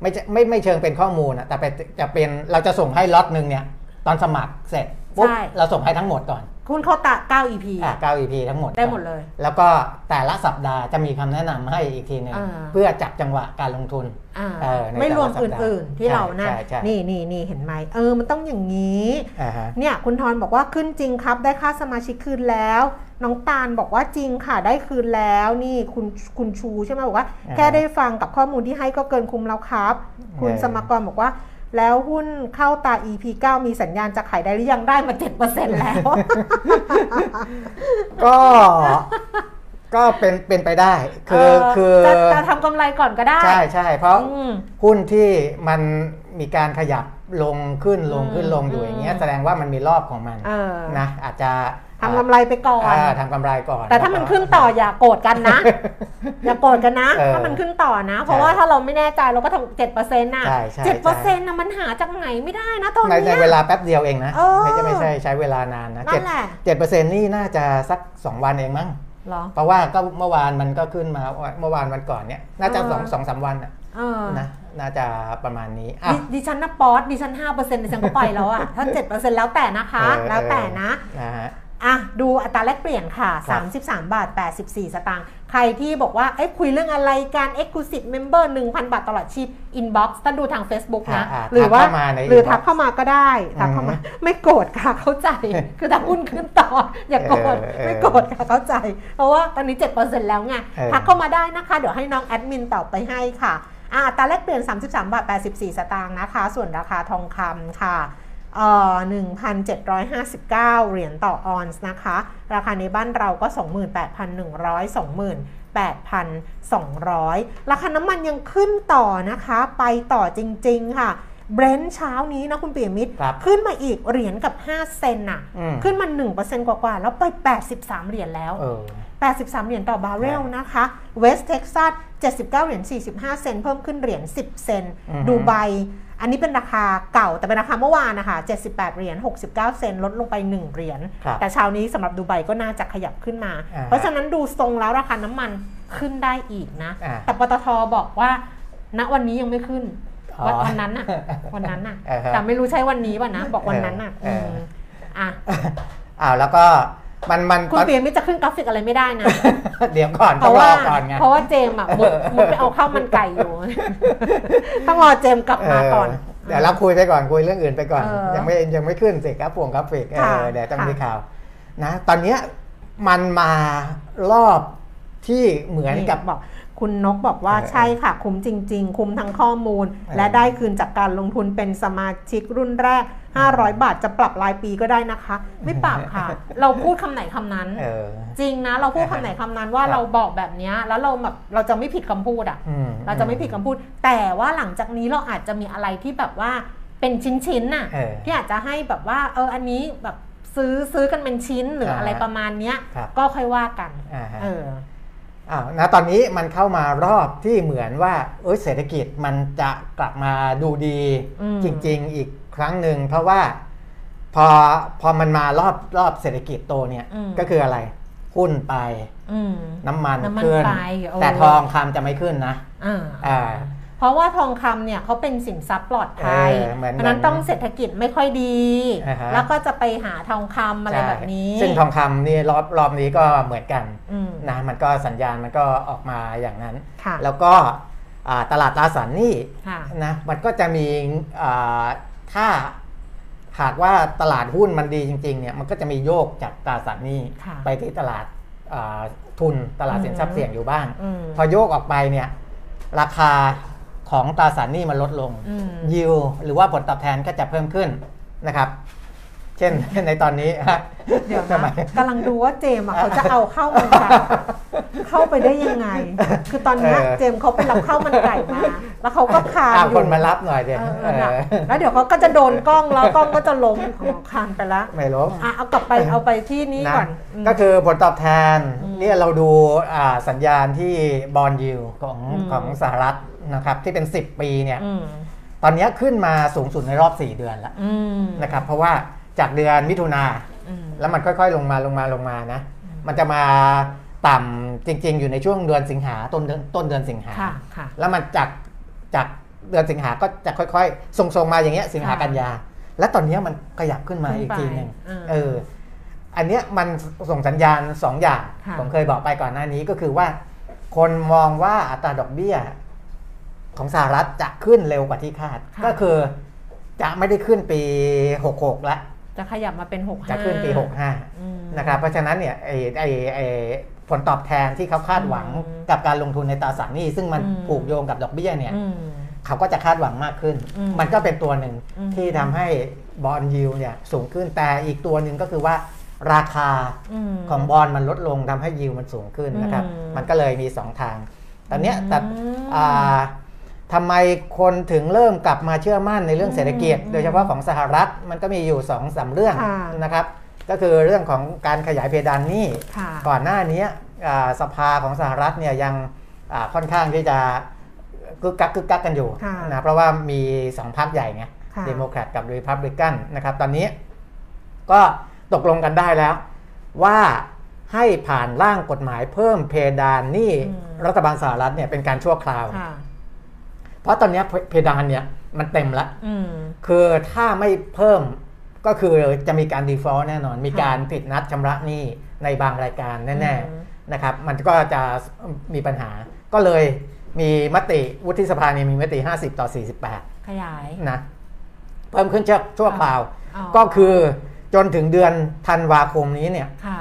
C: ไม่จะไม่ไม่เชิงเป็นข้อมูลนะแต่เป็นจะเป็นเราจะส่งให้ล็อตหนึ่งเนี่ย ตอนสมัครเสร็จปุ๊บ
B: ใช่
C: เราส่งให้ทั้งหมดก่อน
B: คุณเข้าตะ9 EP
C: อ่า9 EP ทั้งหมด
B: ได้
C: ก่อน
B: หมดเลย
C: แล้วก็แต่ละสัปดาห์จะมีคำแนะนำให้อีกทีหนึ่ง
B: อ่า
C: เพื่อจับจังหวะการลงทุน
B: อ่า
C: เออใน
B: ไม่รวม
C: แต่ละสัปดาห์
B: อื่น ๆ ที่เรานะ
C: ใช่ใช่
B: นี่นี่นี่เห็นไหมเออมันต้องอย่างนี้
C: อ่าฮะ
B: เนี่ยคุณทอนบอกว่าขึ้นจริงครับ ได้ค่าสมาชิกคืนแล้ว น้องตาลบอกว่าจริงค่ะได้คืนแล้วนี่คุณคุณชูใช่ไหมบอกว่า
C: อ่า
B: แค่ได้ฟังกับข้อมูลที่ให้ก็เกินคุ้มแล้วครับ คุณ
C: เออ
B: สมากรบอกว่า แล้วหุ้นเข้าตา EP 9 มีสัญญาณจะขายได้หรือยังได้มา 7%แล้ว
C: ก็ ก็เป็นเป็นไปได้ คือ
B: เ
C: คือ
B: จะจะทำกำไรก่อนก็ได้
C: ใช่ใช่เพราะ
B: อืม
C: หุ้นที่มันมีการขยับลงขึ้นลงขึ้นลงอยู่
B: อืม
C: อย่างเงี้ยแสดงว่ามันมีรอบของมัน
B: เออ
C: นะอาจจะ
B: ทำกำไรไปก่อน
C: อ่าทำกำไรก่อน
B: แต่ถ้ามัน
C: ล้วก็
B: ขึ้นต่ออย่าโกรธกัน นะ อย่าโกรธกันนะ
C: เออ
B: ถ้ามันขึ้นต่อนะ เพราะว่าถ้าเราไม่แน่ใจเราก็ทำเจ็ดเปอร์เซ็นต์น่ะ
C: ใช่ใช่
B: เจ็ดเปอร์
C: ใช่
B: เซ็นต์น่ะมันหาจากไหนไม่ได้นะตอน
C: ในใน
B: เนี้ย
C: เวลาแป๊บเดียวเองนะ
B: เออ
C: ไม่ใช่ไม่ใช่ใช้เวลานานนะ
B: นั่
C: เจ็ด
B: นแหละ
C: เจ็ดเปอร์เซ็นต์นี่น่าจะสักสองวันเองมั้ง
B: เหรอ
C: เพราะว่าก็เมื่อวานมันก็ขึ้นมาเมื่อวานวันก่อนเนี่ยน่าจะ
B: อ่า
C: สองสองสามวันน่ะ
B: เออ
C: นะน่าจะประมาณนี้อ่ะ
B: ดิดิฉันนะป๊อตดิฉันห้าเปอร์เซ็นต์ดิฉันก็ไปแล้วอะถ้าเจ็ดเปอร์เซ็นต์แล้วแต่นะคะ
C: เออ
B: แล้วแต่นะ
C: นะฮะ
B: อ่ะดูอัตราแลกเปลี่ยนค่ะ
C: ครับ
B: 33 บาท 84 สตางค์ใครที่บอกว่าเอ้ยคุยเรื่องอะไรการ Exclusive Member 1,000 บาทตลอดชีพ Inbox ท่านดูทาง Facebook นะ
C: อ่าๆ
B: หรืว่า
C: ทักเข้ามาใน
B: หรือ
C: inbox
B: ทักเข้ามาก็ได้ทักเข้ามา ไม่โกรธค่ะเข้า ใจ คือถ้าหุ้นขึ้นต่อ อย่าโกรธ
C: เออเออ
B: ไม่โกรธค่ะเข้าใจ เพราะว่าตอนนี้ 7%แล้วไง
C: เออ
B: ทักเข้ามาได้นะคะ เดี๋ยวให้น้องแอดมินตอบไปให้ค่ะอ่ะอัตราแลกเปลี่ยน 33 บาท 84 สตางค์นะคะ ส่วนราคาทองคำค่ะ เอ่อ1,759 เหรียญต่อออนซ์นะคะ ราคาในบ้านเราก็ 28,100 28,200 ราคาน้ำมันยังขึ้นต่อนะคะ ไปต่อจริง ๆ ค่ะ เบรนท์เช้านี้นะคุณเปียมิตร
C: ครับ
B: ขึ้นมาอีกเหรียญกับ 5 เซนน่ะ
C: อืม
B: ขึ้นมา 1%กว่าๆ แล้วไป 83 เหรียญแล้ว
C: เอ อ
B: 83 เหรียญต่อบาร์เรลนะคะเวสเท็กซัส79 เหรียญ 45 เซนต์เพิ่มขึ้นเหรียญ 10 เซนต์
C: อือฮึ
B: ดูไบ อันนี้เป็นราคาเก่าแต่เป็นราคาเมื่อวานนะคะ 78 เหรียญ 69 เซนต์ลดลงไป 1 เหรียญ
C: ครับ
B: แต่เช้านี้สำหรับดูไบก็น่าจะขยับขึ้นมา
C: อ่าฮะ
B: เพราะฉะนั้นดูทรงแล้วราคาน้ำมันขึ้นได้อีกนะ
C: อ่า
B: แต่ปตทบอกว่าณวันนี้ยังไม่ขึ้น
C: อ๋อ
B: วันวัน นั้นน่ะ วันนั้นน่ะ
C: เออครับ
B: แต่ไม่รู้ใช่วันนี้ป่ะนะ บอกวันนั้นน่ะ
C: เอออื
B: มอ่ะ
C: อ้าวแล้วก็มันมัน
B: คุณ
C: ตอน
B: เปียมิตรจะขึ้นกราฟิกอะไรไม่ได้นะ
C: เดี๋ยวก่อน
B: เพ
C: ต้อง
B: ราะ
C: ร
B: ว่า
C: อก่อนไง
B: เพราะว่าเจมส์อ่ะมุดมุดไปเอาข้าวมันไก่อยู่ ต้องรอเจมส์กลับมาก่อน
C: เเดี๋ยวเราคุยไปก่อนคุยเรื่องอื่นไปก่อน
B: เออ
C: ยังไม่ยังไม่ขึ้นสิครับพวงกราฟิกเอ
B: ค่ะ
C: อเดี๋ยวต้อง
B: ค่ะ
C: มีข่าวนะตอนเนี้ยมันมารอบที่เหมือนกับ
B: บอก คุณนกบอกว่า
C: เออ
B: ใช่ค่ะ คุ้มจริง ๆ คุ้มทั้งข้อมูล
C: ออ
B: และได้คืนจากการลงทุนเป็นสมาชิกรุ่นแรก 500 บาทจะปรับรายปีก็ได้นะคะ ไม่ปรับค่ะ เราพูดคำไหนคำนั้น
C: เออ
B: จริงนะเราพูดคำไหนคำนั้นว่า
C: ครับ
B: เราบอกแบบเนี้ยแล้วเราแบบเราจะไม่ผิดคำพูดอ่ะ
C: อืม
B: เราจะไม่ผิดคำพูด แต่ว่าหลังจากนี้เราอาจจะมีอะไรที่แบบว่าเป็นชิ้นๆน่ะ
C: เออ
B: ที่อาจจะให้แบบว่าเอออันนี้แบบซื้อซื้อกันเป็นชิ้นหรืออะไรประมาณเนี้ย
C: ครับ
B: ก็ค่อยว่ากัน
C: อ่าฮะ
B: เออ
C: อ้าวนะตอนนี้มันเข้ามารอบที่เหมือนว่าเอ้ยเศรษฐกิจมันจะกลับมาดูดี
B: อืม
C: จริง ๆ อีกครั้งหนึ่งเพราะว่าพอพอมันมารอบรอบเศรษฐกิจโตเนี่ย
B: อืม
C: ก็คืออะไร หุ้นไป
B: อืม
C: น้ำมัน
B: น้ำมัน
C: ขึ้น
B: ไปโอ้
C: แต่ทองคำจะไม่ขึ้นนะ
B: อ่า
C: อ่า
B: เพราะว่าทองคำเนี่ยเขาเป็นสินทรัพย์ปลอดภัย
C: เออเหมือน
B: เพราะฉะนั้นต้องเศรษฐกิจไม่ค่อยดี
C: อ่าฮะ
B: แล้วก็จะไปหาทองคำอะไรแบบนี้
C: ใช่ซึ่งทองคำนี่รอบรอบนี้ก็เหมือนกัน
B: อืม
C: นะมันก็สัญญาณมันก็ออกมาอย่างนั้น
B: ค่ะ
C: แล้วก็อ่าตลาดตราสารหนี้
B: ค่ะ
C: นะมันก็จะมีอ่าถ้าหากว่าตลาดหุ้นมันดีจริงๆเนี่ยมันก็จะมีโยกจากตราสารหนี้
B: ค่ะ
C: ไปที่ตลาดอ่าทุนตลาด
B: อืม
C: สินทรัพย์เสี่ยงอยู่บ้าง
B: อืม
C: พอโยกออกไปเนี่ยราคาของตราสารหนี้มันลดลง
B: อืม
C: ยิวหรือว่าผลตอบแทนก็จะเพิ่มขึ้นนะครับ เช่น ในตอนนี้ฮะ
B: เดี๋ยว
C: ทำไม
B: นะกำลังดูว่าเจมส์อะเขาจะเอาเข้าวมันไก่เข้าไปได้ยังไง คือตอนเนี้ย
C: เออ
B: เจมส์เขาไปรับเข้าวมันไก่มา แล้วเขาก็คาน
C: อ่ะ
B: อ
C: ค
B: ยู่
C: นมารับหน่อยเดี๋ยว
B: เออเออน่ะ
C: เออ
B: แล้วเดี๋ยวเขาก็จะโดนกล้องแล้วกล้องก็จะล้มของคานไปละ
C: ไม่รู้
B: อ่ะเอากลับไปเอาไปที่นี่
C: นะ
B: ก่อนอืม
C: ก็คือผลตอบแทน
B: อืม
C: เนี่ยเราดูอ่าสัญญาณที่บอลยิวของ
B: อืม
C: ของสหรัฐนะครับที่เป็น 10 ปีเนี่ย
B: อืม
C: ตอนเนี้ยขึ้นมาสูงสุดในรอบ 4 เดือนแล้ว
B: อืม
C: นะครับเพราะว่าจากเดือนมิถุนา
B: อืม
C: แล้วมันค่อยๆ ลงมาลงมาลงมานะ มันจะมาต่ำจริง ๆ อยู่ในช่วงเดือนสิงหาต้นเดือนต้นเดือนสิงหา
B: ค่ะค่ะ
C: แล้วมันจากจากเดือนสิงหาก็จะค่อยๆ ทรงๆมาอย่างเงี้ยสิงหา
B: ค่ะ
C: กันยา และตอนเนี้ยมันขยับขึ้นมา
B: ขึ้น
C: อีกทีหนึ่ง
B: ไปอ่า
C: เออ อันเนี้ยมันส่งสัญญาณสองอย่าง
B: ค่ะ
C: ผมเคยบอกไปก่อนหน้านี้ก็คือว่า คนมองว่าอัตราดอกเบี้ย ของสหรัฐจะขึ้นเร็วกว่าที่คาด
B: ค่ะ
C: ก็คือจะไม่ได้ขึ้นปี 66 แล้ว
B: จะขยับมาเป็น6 5
C: จะขึ้นปี 65 นะครับเพราะฉะนั้นเนี่ยไอ้ไอ้ไอ้ผลตอบแทนที่เขาคาดหวัง
B: อืม
C: กับการลงทุนในตราสารหนี้ ซึ่งมัน
B: อืม
C: ผูกโยงกับดอกเบี้ยเนี่ย
B: อืม
C: เขาก็จะคาดหวังมากขึ้น
B: อืม
C: มันก็เป็นตัวหนึ่ง
B: อืม
C: ที่ทำให้บอลยิวเนี่ยสูงขึ้นแต่อีกตัวหนึ่งก็คือว่าราคา
B: อืม
C: ของบอลมันลดลงทำให้ยิวมันสูงขึ้นนะครับ
B: อืม
C: มันก็เลยมี 2 ทาง ตอนเนี้ยแต่
B: อืม
C: อ่าทำไมคนถึงเริ่มกลับมาเชื่อมั่นในเรื่องเศรษฐกิจ
B: อืม
C: โดยเฉพาะของสหรัฐมันก็มีอยู่2องสามเรื่อง
B: ค่ะ
C: นะครับ ก็คือเรื่องของการขยายเพดานหนี้
B: ค่ะ
C: ก่อนหน้านี้อ่าสภาของสหรัฐเนี่ยยังอ่าค่อนข้างที่จะกึกกักกึกกักกันอยู่
B: ค่ะ
C: นะเพราะว่ามีสองพรรคใหญ่ไง
B: ค่ะ
C: เดโมแครตกับรีพับลิกันนะครับ ตอนนี้ก็ตกลงกันได้แล้ว ว่าให้ผ่านร่างกฎหมายเพิ่มเพดานหนี้รัฐบาลสหรัฐเนี่ยเป็นการชั่วคราว
B: ค่ะ
C: เพราะตอนนี้เพเพดานเนี่ยมันเต็มละ
B: อืม
C: คือถ้าไม่เพิ่มก็คือจะมีการดีฟอล t แน่นอน มีการผิดนัดชำระหนี้ในบางรายการ
B: อื
C: แน่
B: ม
C: ๆนะครับมันก็จะมีปัญหา ก็เลยมีมติวุฒิสภาเนี่ยมีมติ 50 ต่อ
B: ขยาย
C: 48 นะ เพิ่มขึ้นชั่วชั่วคราว
B: อ๋อ
C: ก็คือจนถึงเดือนธันวาคมนี้เนี่ย
B: ค่ะ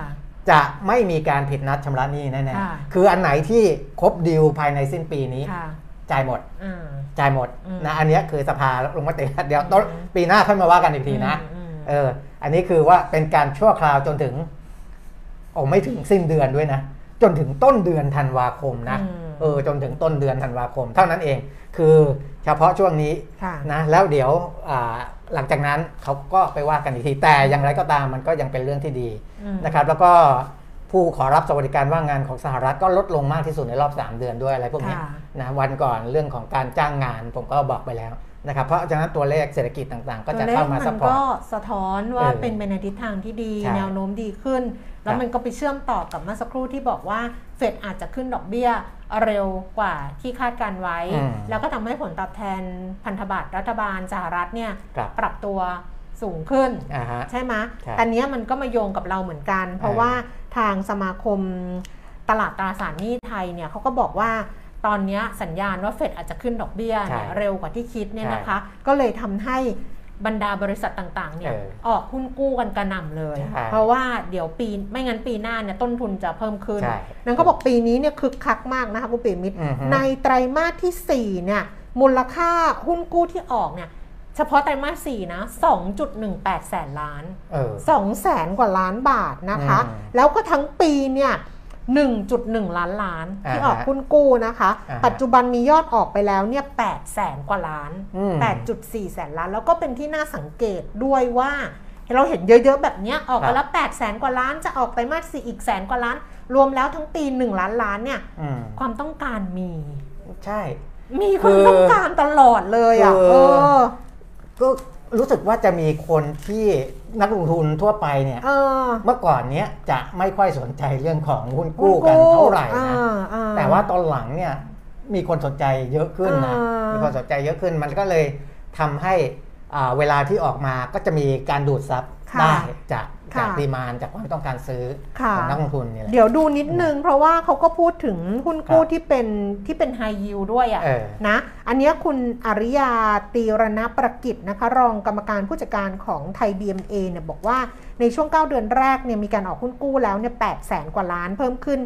C: จะไม่มีการผิดนัดชำระหนี้แน่
B: ค่ะ
C: ๆ คืออันไหนที่ครบดีลภายในสิ้นปีนี้
B: ค่ะ
C: จ่ายหมด
B: อ่า
C: จ่ายหมด
B: อืม
C: นะอันเนี้ยคือสภาลงมติแล้วเดี๋ยวต้น
B: อืม
C: ปีหน้าค่อยมาว่ากันอีกทีนะ
B: อืมอืม
C: เอออันนี้คือว่าเป็นการชั่วคราวจนถึงโอ้ไม่ถึงสิ้นเดือนด้วยนะ จนถึงต้นเดือนธันวาคมนะ
B: อืม
C: เออจนถึงต้นเดือนธันวาคม เท่านั้นเองคือเฉพาะช่วงนี้
B: ค่ะ
C: นะแล้วเดี๋ยวอ่าหลังจากนั้นเขาก็ไปว่ากันอีกทีแต่อย่างไรก็ตามมันก็ยังเป็นเรื่องที่ดี
B: อืม
C: นะครับ แล้วก็ผู้ขอรับสวัสดิการว่างงานของสหรัฐก็ลดลงมากที่สุดในรอบ 3 เดือนด้วยอะไรพวกเนี้ย
B: ค่ะ
C: นะวันก่อนเรื่องของการจ้างงานผมก็บอกไปแล้วนะครับ เพราะฉะนั้นตัวเลขเศรษฐกิจต่างๆ ก็จะเข้ามา
B: ตัวลข
C: ซัพพอร์ต
B: ก็สะท้อนว่า
C: เออ
B: เป็นไปในทิศทางที่ดี
C: ใช่
B: แนวโน้มดีขึ้น แล้
C: คว รับ
B: มันก็ไปเชื่อมต่อกับเมื่อสักครู่ที่บอกว่าเฟดอาจจะขึ้นดอกเบี้ยเร็วกว่าที่คาดการไว้
C: อืม
B: แล้วก็ทำให้ผลตอบแทนพันธบัตรรัฐบาลสหรัฐเนี่ย
C: ครับ
B: ปรับตัวสูงขึ้น
C: อ่าฮะ
B: ใช่ไหม
C: ใช่
B: อันเนี้ยมันก็มาโยงกับเราเหมือนกัน เพราะ
C: เออ
B: ว่าทางสมาคมตลาดตราสารหนี้ไทยเนี่ยเขาก็บอกว่าตอนเนี้ยสัญญาณว่าเฟดอาจจะขึ้นดอกเบี้ยเนี่ย
C: ใช่
B: เร็วกว่าที่คิดเนี่ยนะคะ ก็เลยทำให้บรรดาบริษัทต่างๆเนี่ย
C: เออ
B: ออกหุ้นกู้กันกระหน่ำเลย
C: ใช่
B: เพราะว่าเดี๋ยวปีไม่งั้นปีหน้าเนี่ยต้นทุนจะเพิ่มขึ้น
C: ใช่
B: นั่นก็บอกปีนี้เนี่ยคึกคักมากนะคะคุณปิยมิตร
C: อือฮึ
B: ในไตรมาสที่สี่เนี่ยมูลค่าหุ้นกู้ที่ออกเนี่ย เฉพาะไตรมาสสี่นะ 2.18 แสนล้าน
C: เออ
B: 2 แสนกว่าล้านบาทนะคะ
C: อืม
B: แล้วก็ทั้งปีเนี่ย 1.1 ล้านล้าน ที่ออก
C: อ่าฮะ
B: หุ้นกู้นะคะ
C: อ่าฮะ
B: ปัจจุบันมียอดออกไปแล้วเนี่ย 8 แสนกว่าล้าน
C: อืม
B: 8.4 แสนล้าน แล้วก็เป็นที่น่าสังเกตด้วยว่า เราเห็นเยอะๆแบบเนี้ยออกไปแล้ว 8 แสนกว่าล้าน จะออกไตรมาสสี่อีกแสนกว่าล้าน รวมแล้วทั้งปี 1 ล้านล้านเนี่ย
C: อืม
B: ความต้องการมี
C: ใช่
B: มีความต้องการตลอดเลยอ่ะ
C: คือ
B: เออ
C: ก็รู้สึกว่าจะมีคนที่นักลงทุนทั่วไปเนี่ย
B: เออ
C: เมื่อก่อนเนี้ยจะไม่ค่อยสนใจเรื่องของหุ้นกู้กันเท่าไหร่นะ
B: อ่าอ่า
C: แต่ว่าตอนหลังเนี่ยมีคนสนใจเยอะขึ้นนะ
B: อ่ามี
C: มีคนสนใจเยอะขึ้นมันก็เลยทำให้อ่าเวลาที่ออกมาก็จะมีการดูดซับ
B: ค่ะ
C: ได้จาก
B: ค่ะ
C: จากดีมานจากความต้องการซื้อ
B: ค่ะ
C: ของนักลงทุนเนี่ยแหละ
B: เดี๋ยวดูนิดนึง เพราะว่าเขาก็พูดถึงหุ้นกู้ที่เป็นที่เป็นไฮยิวด้วย
C: เออ
B: อะ่ะนะ อันเนี้ยคุณอริยาตีรณประกิจนะคะ รองกรรมการผู้จัดการของไทย BMA เนี่ยบอกว่าในช่วง 9 เดือนแรกเนี่ยมีการออกหุ้นกู้แล้วเนี่ย8แสนกว่าล้านเพิ่มขึ้น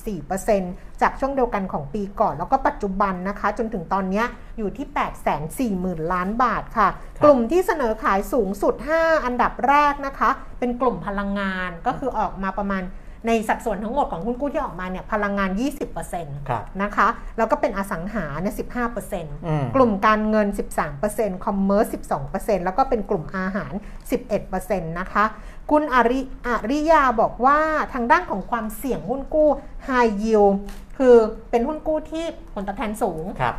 B: 54%จากช่วงเดียวกันของปีก่อน แล้วก็ปัจจุบันนะคะ จนถึงตอนเนี้ยอยู่ที่ 8 4 0 0 0 0 ล้านบาทค่ะ
C: ครับ
B: กลุ่มที่เสนอขายสูงสุด 5 อันดับแรกนะคะ เป็นกลุ่มพลังงานก็คือออกมาประมาณ ในสัดส่วนทั้งหมดของหุ้นกู้ที่ออกมาเนี่ยพลังงาน 20%
C: ครับ
B: นะคะ แล้วก็เป็นอสังหาเนี่ย 15%
C: อืม
B: กลุ่มการเงิน 13%คอมเมอร์ส12%แล้วก็เป็นกลุ่มอาหาร 11%นะคะ คุณอริอริยาบอกว่าทางด้านของความเสี่ยงหุ้นกู้ High Yield คือเป็นหุ้นกู้ที่ผลตอบแทนสูง
C: ครับ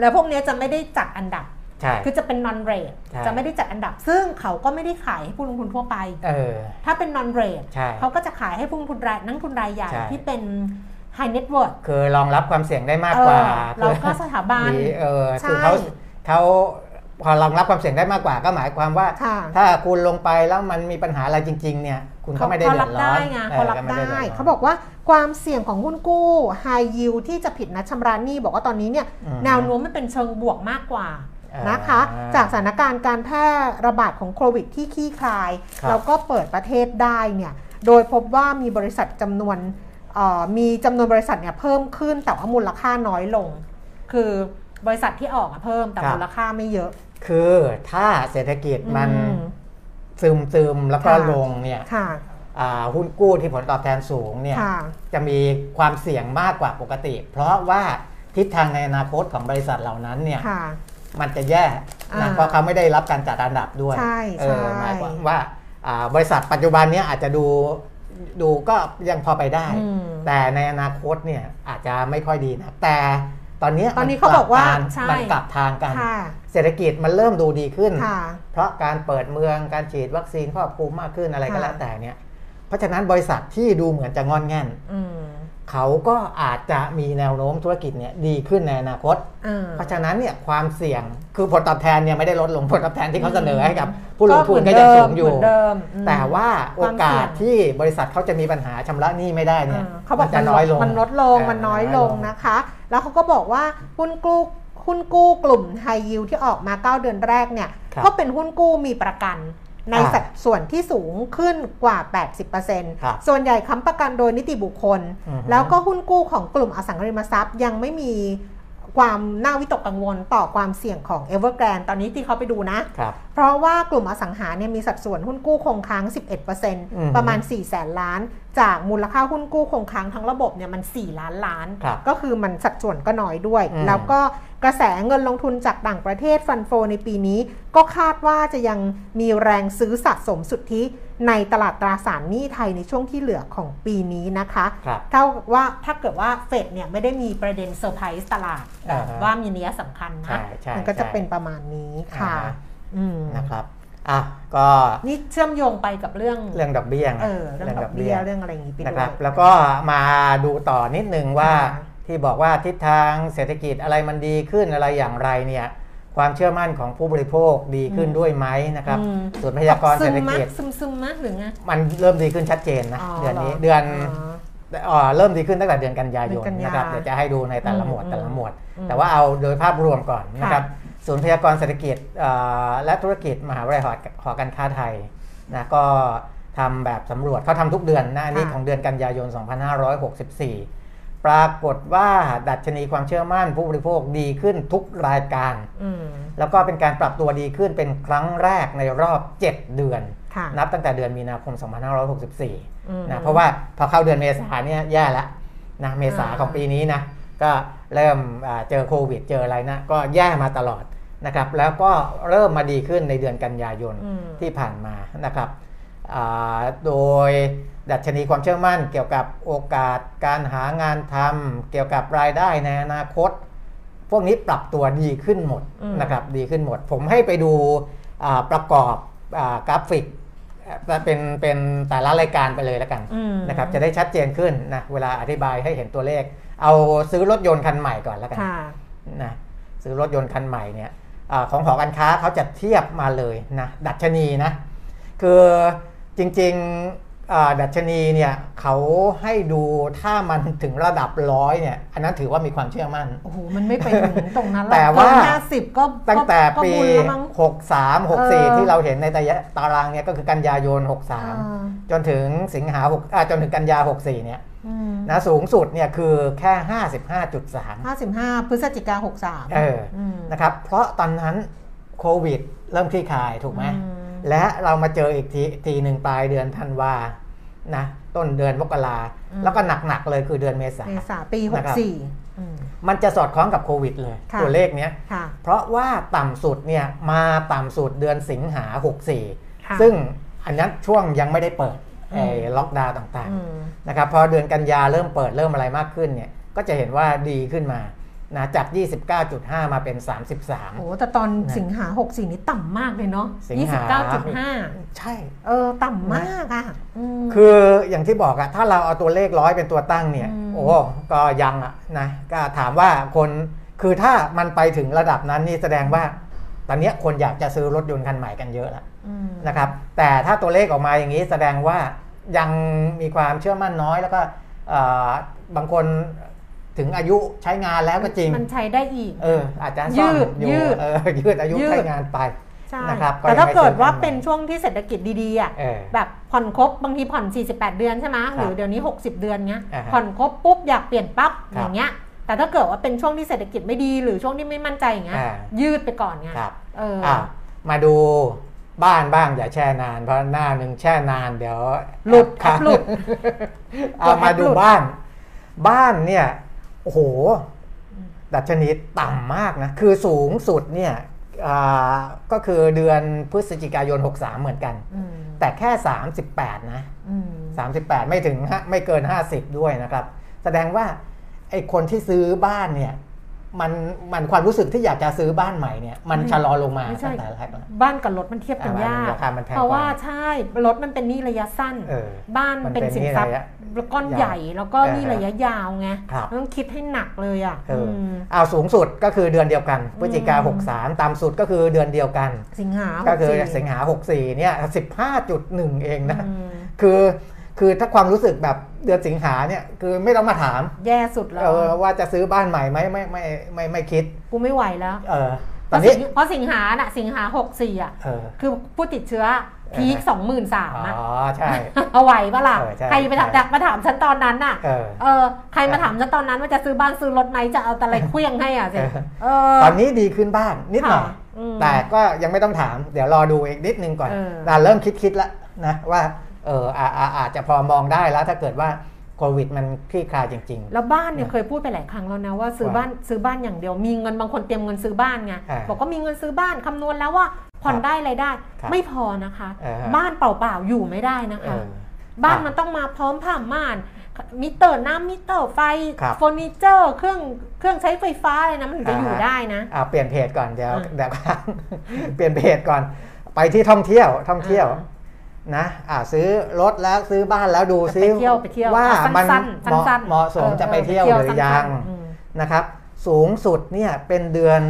B: แล้วพวกเนี้ยจะไม่ได้จัดอันดับ
C: ใช่
B: คือจะเป็น non rate
C: ใช่
B: จะไม่ได้จัดอันดับ ซึ่งเขาก็ไม่ได้ขายให้ผู้ลงทุนทั่วไป
C: เออ
B: ถ้าเป็น non rate
C: ใช่
B: เขาก็จะขายให้ผู้ลงทุนรายนักลงทุนรายใหญ่
C: ใช่
B: ที่เป็น high net worth
C: คือรองรับความเสี่ยงได้มากกว่า
B: เออเราก็สถาบัน
C: มีเออ
B: ใช่
C: คือเขาเขาพอรองรับความเสี่ยงได้มากกว่าก็หมายความว่า
B: ค่ะ
C: ถ้าคุณลงไปแล้วมันมีปัญหาอะไรจริง ๆ เนี่ย คุณก็ไม่ได้
B: เขา
C: เดือ
B: รั
C: ด
B: บ
C: ร้อ
B: ได้
C: น
B: ไง
C: ออ
B: เขารับ
C: ม่
B: ได้
C: ดืร้น
B: เขาบอกว่าความเสี่ยงของหุ้นกู้ high yield ที่จะผิดนัดชำระหนี้บอกว่าตอนนี้เนี่ย
C: อืม
B: แนวโน้มมันเป็นเชิงบวกมากกว่า
C: อ่าน
B: นะคะ จากสถานการณ์การแพร่ระบาดของโควิดที่คลี่คลาย
C: ครับ
B: แล้วก็เปิดประเทศได้เนี่ยโดยพบว่ามีบริษัทจำนวนเอ่อมีจำนวนบริษัทเนี่ยเพิ่มขึ้นแต่ว่ามูลค่าน้อยลง คือบริษัทที่ออกอะเพิ่มแต่มูลค่าไม่เยอะ
C: คือถ้าเศรษฐกิจมัน
B: อืม
C: ซึมซึมๆแล้วก็
B: ค่ะ
C: ลงเนี่ย
B: ค่ะ
C: อ่าหุ้นกู้ที่ผลตอบแทนสูงเนี่ย
B: ค่ะ
C: จะมีความเสี่ยงมากกว่าปกติ เพราะว่าทิศทางในอนาคตของบริษัทเหล่านั้นเนี่ย
B: ค่ะ
C: มันจะแย่
B: อ่า
C: นะเพราะเขาไม่ได้รับการจัดอันดับด้วย
B: ใช่
C: เออ
B: ใช่
C: หมายความว่าอ่าบริษัทปัจจุบันเนี้ยอาจจะดูดูก็ยังพอไปได้
B: อืม
C: แต่ในอนาคตเนี่ยอาจจะไม่ค่อยดีนะแต่ตอนเนี้ย
B: ตอนนี้
C: มั
B: เขาบอกว่า
C: ลัทง
B: ใช่
C: มันกลับทางกัน
B: ค่ะ
C: เศรษฐกิจมันเริ่มดูดีขึ้น
B: ค่ะ
C: เพราะการเปิดเมืองการฉีดวัคซีนครอบคลุมมากขึ้นอะไรก็
B: ค่ะ
C: แล้วแต่เนี่ยเพราะฉะนั้นบริษัทที่ดูเหมือนจะงอนแง่น
B: อืม
C: เขาก็อาจจะมีแนวโน้มธุรกิจเนี่ยดีขึ้นในอนาคต
B: อ่า
C: เพราะฉะนั้นเนี่ยความเสี่ยงคือผลตอบแทนเนี่ยไม่ได้ลดลงผลตอบแทนที่เขาเสนอให้กับ ผู้ลงทุนก็ยังสูงอยู่
B: เหมืนเดิมอืม
C: แต่ว่าโอ
B: ความเสี่ยง
C: กาสที่บริษัทเขาจะมีปัญหาชำระหนี้ไม่ได้เนี่ย
B: อ่าเขาบอก
C: มันจะน้อยลง
B: มันลดลง
C: เ
B: มันน้อยลงนะคะ แล้วเขาก็บอกว่าหุ้นกู้หุ้นกู้กลุ่มไฮยิวที่ออกมา 9 เดือนแรกเนี่ย
C: ครับ
B: ก็เป็นหุ้นกู้มีประกัน ใน
C: อ่า
B: สัดส่วนที่สูงขึ้นกว่า
C: ครับ
B: 80%ส่วนใหญ่ค้ำประกันโดยนิติบุคคล
C: อือฮึ
B: แล้วก็หุ้นกู้ของกลุ่มอสังหาริมทรัพย์ยังไม่มีความน่าวิตกกังวลต่อความเสี่ยงของ Evergrande ตอนนี้ที่เขาไปดูนะ
C: ครับ
B: เพราะว่ากลุ่มอสังหาเนี่ยมีสัดส่วนหุ้นกู้คงค้าง
C: ม
B: 11%ประมาณ 4 แสนล้าน จากมูลค่าหุ้นกู้คงค้างทั้งระบบเนี่ยมัน 4 ล้านล้าน
C: ครับ
B: ก็คือมันสัดส่วนก็น้อยด้วย
C: อืม
B: แล้วก็กระแสเงินลงทุนจากต่างประเทศฟันโฟในปีนี้ ก็คาดว่าจะยังมีแรงซื้อสะสมสุทธิในตลาดตราสารหนี้ไทยในช่วงที่เหลือของปีนี้นะคะ
C: ครับ
B: เท่ากับว่าถ้าเกิดว่าเฟดเนี่ยไม่ได้มีประเด็นเซอร์ไพรส์ตลาด
C: อ่าฮะ
B: ว่ามีนัยสำคัญ
C: ใช่
B: นะ
C: ใช่
B: มันก็จะ
C: ใช่
B: เป็นประมาณนี้ค่ะ
C: อ่าฮะ
B: อืม
C: นะครับอ่ะก็
B: นี่เชื่อมโยงไปกับเรื่อง
C: เรื่องดอกเบี้ยนะ
B: เออเรื่องดอกเบี้ยเรื่องอะไรอย่างนี้ไป
C: นะ
B: ด้
C: ควรั
B: ย
C: บ แล้วก็มาดูต่อนิดนึงว่า
B: ค่ะ
C: ที่บอกว่าทิศทางเศรษฐกิจอะไรมันดีขึ้นอะไรอย่างไรเนี่ยความเชื่อมั่นของผู้บริโภคดีขึ้น
B: อืม
C: ด้วยไหมนะครับ
B: อืม
C: ส่วนพยากรณ์เศรษฐกิจ
B: ซึมมะซึมซึมมะหรือไง
C: มันเริ่มดีขึ้นชัดเจนนะ
B: อ๋อ
C: เดือนนี้
B: เหรอ
C: เดือน
B: อ๋อ
C: เอ่อเริ่มดีขึ้นตั้งแต่เดือนกันยายน
B: เดือนกันยา
C: นะครับเดี๋ยวจะให้ดูในแต่ละ
B: อืม
C: หมวดแต่ละหมวด
B: อืม
C: แต่ว่าเอาโดยภาพรวมก่อนนะครับ
B: ค่
C: ศูนย์พยากรณ์เศรษฐกิจเอ่อและธุรกิจมหาวิทยาลัยหอหอการค้าไทยนะก็ทำแบบสำรวจเขาทำทุกเดือนนะอันนี้
B: ค่ะ
C: ของเดือนกันยายน 2564 ปรากฏว่าดัชนีความเชื่อมั่นผู้บริโภคดีขึ้นทุกรายการ
B: อืม
C: แล้วก็เป็นการปรับตัวดีขึ้นเป็นครั้งแรกในรอบ 7 เดือน
B: ค่ะ
C: นับตั้งแต่เดือนมีนาคม
B: อืม
C: 2564 นะ เพราะว่าพอเข้าเดือนเมษาเนี่ยแย่แล้วนะ เมษา
B: อ่า
C: ของปีนี้นะ ก็เริ่มอ่าเจอโควิด เจออะไรนะ ก็แย่มาตลอดนะครับ แล้วก็เริ่มมาดีขึ้นในเดือนกันยายน
B: อืม
C: ที่ผ่านมานะครับอ่าโดยดัชนีความเชื่อมั่น เกี่ยวกับโอกาสการหางานทำเกี่ยวกับรายได้ในอนาคต พวกนี้ปรับตัวดีขึ้นหมด
B: อืม
C: นะครับดีขึ้นหมด ผมให้ไปดูอ่าประกอบอากราฟิกเอ่อเป็นเป็นแต่ละรายการไปเลยแล้วกัน
B: อืม
C: นะครับจะได้ชัดเจนขึ้นนะเวลาอธิบายให้เห็นตัวเลข เอาซื้อรถยนต์คันใหม่ก่อนแล้วกัน
B: ค่ะ
C: นะซื้อรถยนต์คันใหม่เนี่ยอาของหอการค้าเขาจะเทียบมาเลยนะดัชนีนะคือจริงๆอ่าดัชนีเนี่ยเขาให้ดูถ้ามันถึงระดับร้อยเนี่ยอันนั้นถือว่ามีความเชื่อมั่น
B: โอ้โห มันไม่ไปถึงตรงนั้นหรอก
C: แต่ว่า
B: เกินห้าสิบก็
C: ตั้งแต่
B: ก็
C: ปี
B: ก็บุญแล้วมั้ง
C: 63
B: เออ
C: 64 ที่เราเห็นในตายะตารางเนี่ยก็คือกันยายน
B: อ่า
C: 63 จนถึงสิงหาหกอ่าจนถึงกันยา 64 เนี่ย
B: อืม
C: นะสูงสุดเนี่ยคือแค่ 55.3
B: ห้าสิบห้าพฤศจิกาหกสาม
C: เอออ
B: ม
C: นะครับ เพราะตอนนั้นโควิดเริ่มคลี่คลายถูกไหม
B: อืม
C: และเรามาเจออีกทีทีหนึ่งปลายเดือนธันวานะต้นเดือนมกราแล้วก็หนัก ๆ เลยคือเดือนเมษา
B: เมษาปีห
C: นะ
B: ก
C: ครับ
B: สี่อืม
C: มันจะสอดคล้องกับโควิดเลย
B: ค่ะ
C: ตัวเลขเนี้ย
B: ค่ะ
C: เพราะว่าต่ำสุดเนี่ยมาต่ำสุดเดือนสิงหา
B: ค่ะ
C: 64 ซึ่งอันนั้นช่วงยังไม่ได้เปิด
B: อืม
C: ไอ้ล็อกดาวน์ต่าง
B: อืม
C: ๆนะครับพอเดือนกันยาเริ่มเปิดเริ่มอะไรมากขึ้นเนี่ยก็จะเห็นว่าดีขึ้นมา นะจาก 29.5 มาเป็น
B: โอ้
C: 33
B: แต่ตอน
C: นะ
B: สิงหา 64 นี่ต่ำมากเลยเนาะ
C: สิงหา
B: 29.5
C: ใช่
B: เออ ต่ำมากอ่ะอืม
C: คืออย่างที่บอกอะถ้าเราเอาตัวเลขร้อยเป็นตัวตั้งเนี่ย
B: อืม
C: โอ้ก็ยังอะนะก็ถามว่าคนคือถ้ามันไปถึงระดับนั้นนี่แสดงว่า ตอนเนี้ยคนอยากจะซื้อรถยนต์คันใหม่กันเยอะละ
B: ม
C: นะครับ แต่ถ้าตัวเลขออกมาอย่างนี้แสดงว่ายังมีความเชื่อมั่นน้อยแล้วก็เอ่อบางคนถึงอายุใช้งานแล้วก็จริง
B: มันใช้ได้อีก
C: เออ อาจจะซ่อม
B: ยืด
C: อยู่
B: ยืด
C: เออ ยืดอายุ
B: ยืด
C: ใช้งานไป
B: ใช่
C: นะครับก็
B: แต่ถ้าเกิดว่า
C: ยังไม่
B: เป็นช่วงที่เศรษฐกิจดีๆอ่ะ
C: เออ
B: แบบผ่อนครบบางทีผ่อน 48 เดือนใช่ไหม
C: ครับ
B: หรือเดี๋ยวนี้ 60 เดือนเงี้ย
C: อ่าฮะ
B: ผ่อนครบปุ๊บอยากเปลี่ยนปั๊บ
C: ครั
B: อ
C: บ
B: ย่างเงี้ย แต่ถ้าเกิดว่าเป็นช่วงที่เศรษฐกิจไม่ดีหรือช่วงที่ไม่มั่นใจอย่างเงี้ย
C: อ่า
B: ยืดไปก่อนไง
C: ครับ
B: เอออ
C: อ่ะมาดูบ้านบ้างอย่าแช่นาน เพราะหน้าหนึ่งแช่นานเดี๋ยว
B: หลุด
C: แอปาง
B: หลุด
C: เอามา
B: ห
C: ดู
B: ลุด
C: บ้าน บ้านเนี่ยโอ้โห ดัชนีต่ำมากนะ คือสูงสุดเนี่ยอ่าก็คือเดือนพฤศจิกายน 63 เหมือนกัน
B: ม
C: แต่แค่ 38 นะ
B: อืม
C: 38 ไม่ถึงฮะไม่เกิน 50 ด้วยนะครับ แสดงว่าไอ้คนที่ซื้อบ้านเนี่ยมันมันความรู้สึกที่อยากจะซื้อบ้านใหม่เนี่ยมันชะลอลงมา
B: ไม่
C: ตั้
B: ใช่
C: งแต่แรกแล้ว
B: บ้านกับรถมันเทียบกัน
C: อ่าย
B: ยาก
C: ราคามันแพงกว่า
B: เพราะว่าใช่รถมันเป็นหนี้ระยะสั้น
C: เออ
B: บ้าน
C: มันเป็
B: เป็น นสินทรัพย์
C: หนี้ระยะ
B: ก้อนใหญ่แล้วก็
C: อ่า
B: หนี่ระยะยาวไง
C: ครับ
B: ต้องคิดให้หนักเลยอ่ะ
C: เอออ
B: ม
C: เอาสูงสุดก็คือเดือนเดียวกันพฤศจิกา
B: อืม
C: หกสามต่ำสุดก็คือเดือนเดียวกัน
B: สิงหา
C: ก็คือ
B: 64
C: สิงหา 64เนี่ย15.1 เองนะ
B: อืม
C: คือคือถ้าความรู้สึกแบบเดือนสิงหาเนี่ยคือไม่ต้องมาถาม
B: แย่สุดแล้ว
C: เออว่าจะซื้อบ้านใหม่ไหมไม่ไม่ไม่ไม่ไม่คิด
B: กูไม่ไหวแล้ว
C: เออตอนนี้
B: เพราะสิงหาน่ะสิงหาหกสี่อ่ะ
C: เออ
B: คือผู้ติดเชื้อพีคสองหมื่นสามอ
C: อ๋
B: ่ะ
C: อ ใช่
B: เอาไหวปะล่ะ
C: เออใช่
B: ใครไปถาม
C: ใช่
B: มาถามฉันตอนนั้นน่ะ
C: เออ
B: เออใครมาถามฉันตอนนั้นว่าจะซื้อบ้านซื้อรถไหมจะเอาอะไรเคลี้ยงให้อ่ะสิ
C: เออ
B: เออ
C: ตอนนี้ดีขึ้นบ้างนิดหน่อย
B: ค่ะอืม
C: แต่ก็ยังไม่ต้องถาม เดี๋ยวรอดูอีกนิดนึงก่อน
B: เออ
C: เราเริ่มคิดคิดๆแล้วนะว่าเอออ่าอ่าอาจจะพอมองได้แล้วถ้าเกิดว่าโควิดมันคลี่คลายจริง
B: แล้วบ้านเนี่ยเคยพูดไปหลายครั้งแล้วนะว่าซื้อบ้านซื้อบ้านอย่างเดียวมีเงินบางคนเตรียมเงินซื้อบ้านไง
C: อ่า
B: บอกว่ามีเงินซื้อบ้านคำนวณแล้วว่าผ่อนได้รายได้
C: ครับ
B: ไม่พอนะคะ
C: เออฮะ
B: บ้านเปล่าๆอยู่ไม่ได้นะ
C: ๆเอ
B: คะ
C: อ
B: บ้านมันต้องมาพร้อมผ้าม่าน มิเตอร์น้ำมิเตอร์ไฟ
C: ครับ
B: เฟอร์นิเจอร์เครื่องเครื่องใช้ไฟฟ้าอะไรนะมันถึงจะ
C: อ่าฮะ
B: อยู่ได้นะ
C: อ่าเปลี่ยนเพจก่อนเดี๋ยว
B: อ่ะ
C: เดี๋ยว เปลี่ยนเพจก่อน ไปที่ท่องเที่ยวท่องเที่ยว
B: อ่า
C: นะอ่าซื้อรถแล้วซื้อบ้านแล้วดูซิ
B: ไปเที่ยวไปเที่ยว
C: ว่า
B: อ่ะ
C: มัน
B: สั้นๆ
C: เหมาะ
B: สั้นๆ
C: เหมาะสม
B: เออ
C: จะไป
B: เออ
C: เที่ยว
B: ไปเที่ยว
C: หรือยั
B: สั้
C: ง
B: นๆอืม
C: นะครับสูงสุดเนี่ยเป็นเดือน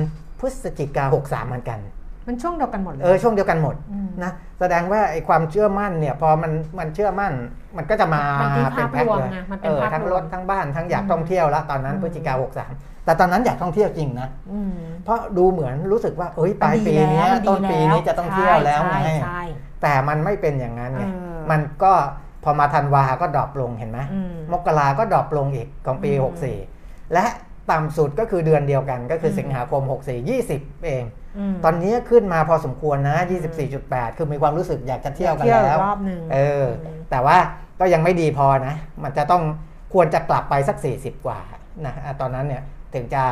C: พฤศจิกา63เหมือนกัน
B: มันช่วงเดียวกันหมดเล
C: เออย ช่วงเดียวกันหมด
B: อืม
C: นะแสดงว่าไอ้ความเชื่อมั่นเนี่ยพอมันมันเชื่อมั่นมันก็จะมาม
B: นเป็น
C: เป็นแพ็ค
B: ภาพรวม
C: เลย
B: ไงมันเป็
C: เอน อ
B: ภาพรวม
C: ทั้งรถทั้งบ้านทั้งอยาก
B: อืม
C: ท่องเที่ยวแล้วตอนนั้น
B: อืม
C: พฤศจิกาหกสามแต่ตอนนั้นอยากท่องเที่ยวจริงนะ
B: อืม
C: เพราะดูเหมือนรู้สึกว่าเอ้ยปลาย
B: มัน
C: ปี
B: ดีแล้ว
C: เนี้ย
B: มัดี
C: ต้นปีนี้จะต้องเที่ยวแล้วไง
B: ใช่ใช่
C: แต่มันไม่เป็นอย่างนั้นไง
B: เออ
C: มันก็พอมาธันวาก็ดรอปลงเห็นไหม
B: อืม
C: มกราก็ดรอปลงอีกของปี
B: อืม
C: หกสี่และต่ำสุดก็คือเดือนเดียวกันก็คืออ
B: ม
C: สิงหาคม64 20 เอง
B: ม
C: ตอนนี้ขึ้นมาพอสมควรนะ 24.8 คือมีความรู้สึกอยากจะเที่ยวกัน
B: เที่ยว
C: แล้ว
B: รอบหนึ่ง
C: เออ
B: อืม
C: แต่ว่าก็ยังไม่ดีพอนะ มันจะต้องควรจะกลับไปสัก 40 กว่านะอ่ะตอนนั้นเนี่ยถึงจะ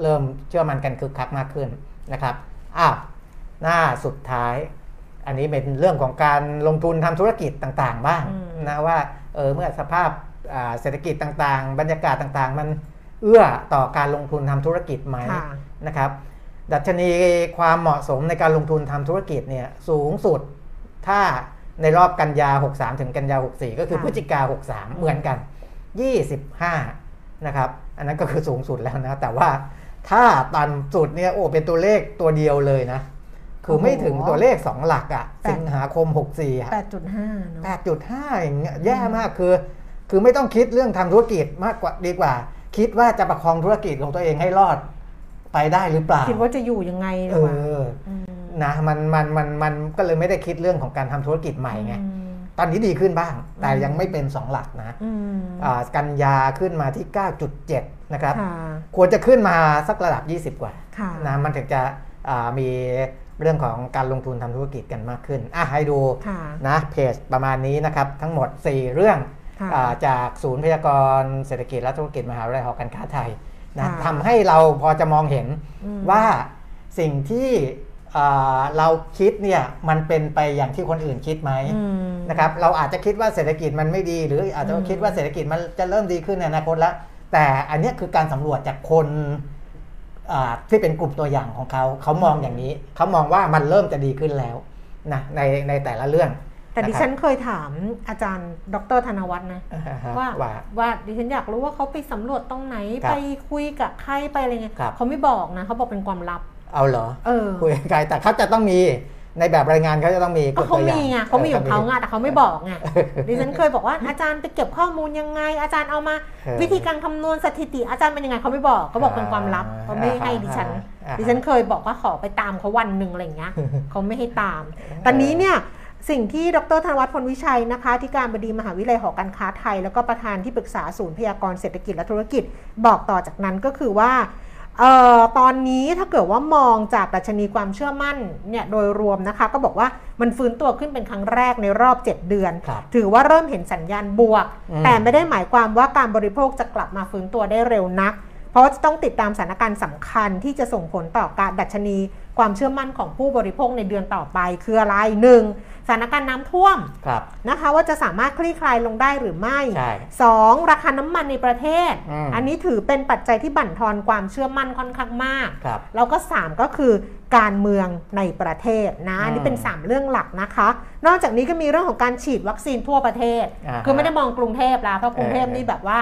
C: เริ่มเชื่อมันกันคึกคักมากขึ้นนะครับ อ้าว หน้าสุดท้าย อันนี้เป็นเรื่องของการลงทุนทำธุรกิจต่างๆ บ้างนะว่าเออเมื่อสภาพอ่าเศรษฐกิจต่างๆ บรรยากาศต่างๆ มันเอื้อต่อการลงทุนทำธุรกิจไหม
B: ค่ะ
C: นะครับ ดัชนีความเหมาะสมในการลงทุนทำธุรกิจเนี่ยสูงสุด ถ้าในรอบกันยา 63 ถึงกันยา 64 ก็คือ
B: ค่ะ
C: พฤศจิกา 63 เหมือนกัน 25 นะครับ อันนั้นก็คือสูงสุดแล้วนะ แต่ว่าถ้าตันสุดเนี่ยโอ้เป็นตัวเลขตัวเดียวเลยนะ คือไม่ถึงตัวเลข 2 หลักอะ
B: แปด
C: สิงหาคม 64อะ
B: แปดจุดห้าเนาะ
C: 8.5อย่างเงี้ยแย่มากคือ คือไม่ต้องคิดเรื่องทำธุรกิจมากกว่าดีกว่า คิดว่าจะประคองธุรกิจของตัวเองให้รอด ไปได้หรือเปล่า
B: คิดว่าจะอยู่ยังไงดี
C: เอก
B: ว่า
C: อนะมันมันมันมันก็เลยไม่ได้คิดเรื่องของการทำธุรกิจใหม่ไงตอนนี้ดีขึ้นบ้าง แต่ยังไม่เป็นสองหลักนะ
B: อืม
C: อ่ากันยาขึ้นมาที่ 9.7 นะครับ
B: ค่ะ
C: ควรจะขึ้นมาสักระดับ 20 กว่า
B: ค่ะ
C: นะมันถึงจะอ่ามีเรื่องของการลงทุนทำธุรกิจกันมากขึ้นอ่ะให้ดู
B: ค่ะ
C: นะเพจประมาณนี้นะครับ ทั้งหมด 4 เรื่อง
B: ค่ะ
C: อ่าจากศูนย์พยากรณ์เศรษฐกิจและธุรกิจมหาวิทยาลัยหอการค้าไทยนะ
B: ค่ะ
C: ทำให้เราพอจะมองเห็น
B: อืม
C: ว่าสิ่งที่อ่าเราคิดเนี่ยมันเป็นไปอย่างที่คนอื่นคิดไหม
B: อืม
C: นะครับเราอาจจะคิดว่าเศรษฐกิจมันไม่ดี หรืออาจจะ
B: อืม
C: คิดว่าเศรษฐกิจมันจะเริ่มดีขึ้นในอนาคตแล้ว แต่อันเนี้ยคือการสำรวจจากคนอ่าที่เป็นกลุ่มตัวอย่างของเขา เขามองอย่างนี้ เขามองว่ามันเริ่มจะดีขึ้นแล้วนะในในแต่ละเรื่อง
B: แต่ดิ
C: ะครับ
B: ฉันเคยถามอาจารย์ ดรธนวัฒน์นะ
C: อ่าฮะ
B: ว่า
C: ว่า
B: ว่าดิฉันอยากรู้ว่าเขาไปสำรวจตรงไหน
C: ครับ
B: ไปคุยกับใครไปอะไรเงี้ย
C: ครับ
B: เขาไม่บอกนะเขาบอกเป็นความลับ
C: เอาเหรอ
B: เออ
C: คุยกับใครแต่เขาจะต้องมีในแบบรายงานเขาจะต้องมีก
B: ก็
C: ฎ
B: เขา
C: ตัวอย่
B: มีไงเขามีของเขาไงแต่เขาไม่บอกไงดิฉันเคยบอกว่าอาจารย์ไปเก็บข้อมูลยังไง อาจารย์เอามา
C: เออ
B: วิธีการคำนวณสถิติอาจารย์เป็นยังไงเขาไม่บอกเขาบอกเป็นความลับ
C: อ่า
B: เขาไม่ให้ดิฉัน
C: อ่า
B: ดิฉันเคยบอกว่าขอไปตามเขาวันหนึ่งอะไรอย่างเงี้ ยเขาไม่ให้ตาม ตอนนี้เนี่ยสิ่งที่ดรธนวัฒน์พลวิชัยนะคะที่การบดีมหาวิทยาลัยหอการค้าไทย แล้วก็ประธานที่ปรึกษาศูนย์พยากรเศรษฐกิจและธุรกิจบอกต่อจากนั้นก็คือว่าเอ่อตอนนี้ถ้าเกิดว่ามองจากดัชนีความเชื่อมั่นเนี่ยโดยรวมนะคะ ก็บอกว่ามันฟื้นตัวขึ้นเป็นครั้งแรกในรอบ 7 เดือน
C: ครับ
B: ถือว่าเริ่มเห็นสัญญาณบวก
C: อืม
B: แต่ไม่ได้หมายความว่าการบริโภคจะกลับมาฟื้นตัวได้เร็วนัก เพราะว่าจะต้องติดตามสถานการณ์สำคัญที่จะส่งผลต่อการดัชนี ความเชื่อมั่นของผู้บริโภคในเดือนต่อไป คืออะไรหนึ่งสถานการณ์น้ำท่วม
C: ครับ
B: นะคะ ว่าจะสามารถคลี่คลายลงได้หรือไม่
C: ใช่
B: สองราคาน้ำมันในประเทศ
C: อืม
B: นนี้ถือเป็นปัจจัยที่บั่นทอนความเชื่อมั่นค่อนข้างมาก
C: ครับ
B: แล้วก็ 3 ก็คือการเมืองในประเทศนะ
C: อืม
B: อันนี่เป็น 3 เรื่องหลักนะคะ นอกจากนี้ก็มีเรื่องของการฉีดวัคซีนทั่วประเทศ
C: อ่าฮะ
B: คือไม่ได้มองกรุงเทพแล้วเพราะกรุงเทพ
C: เออ
B: นี่แบบว่า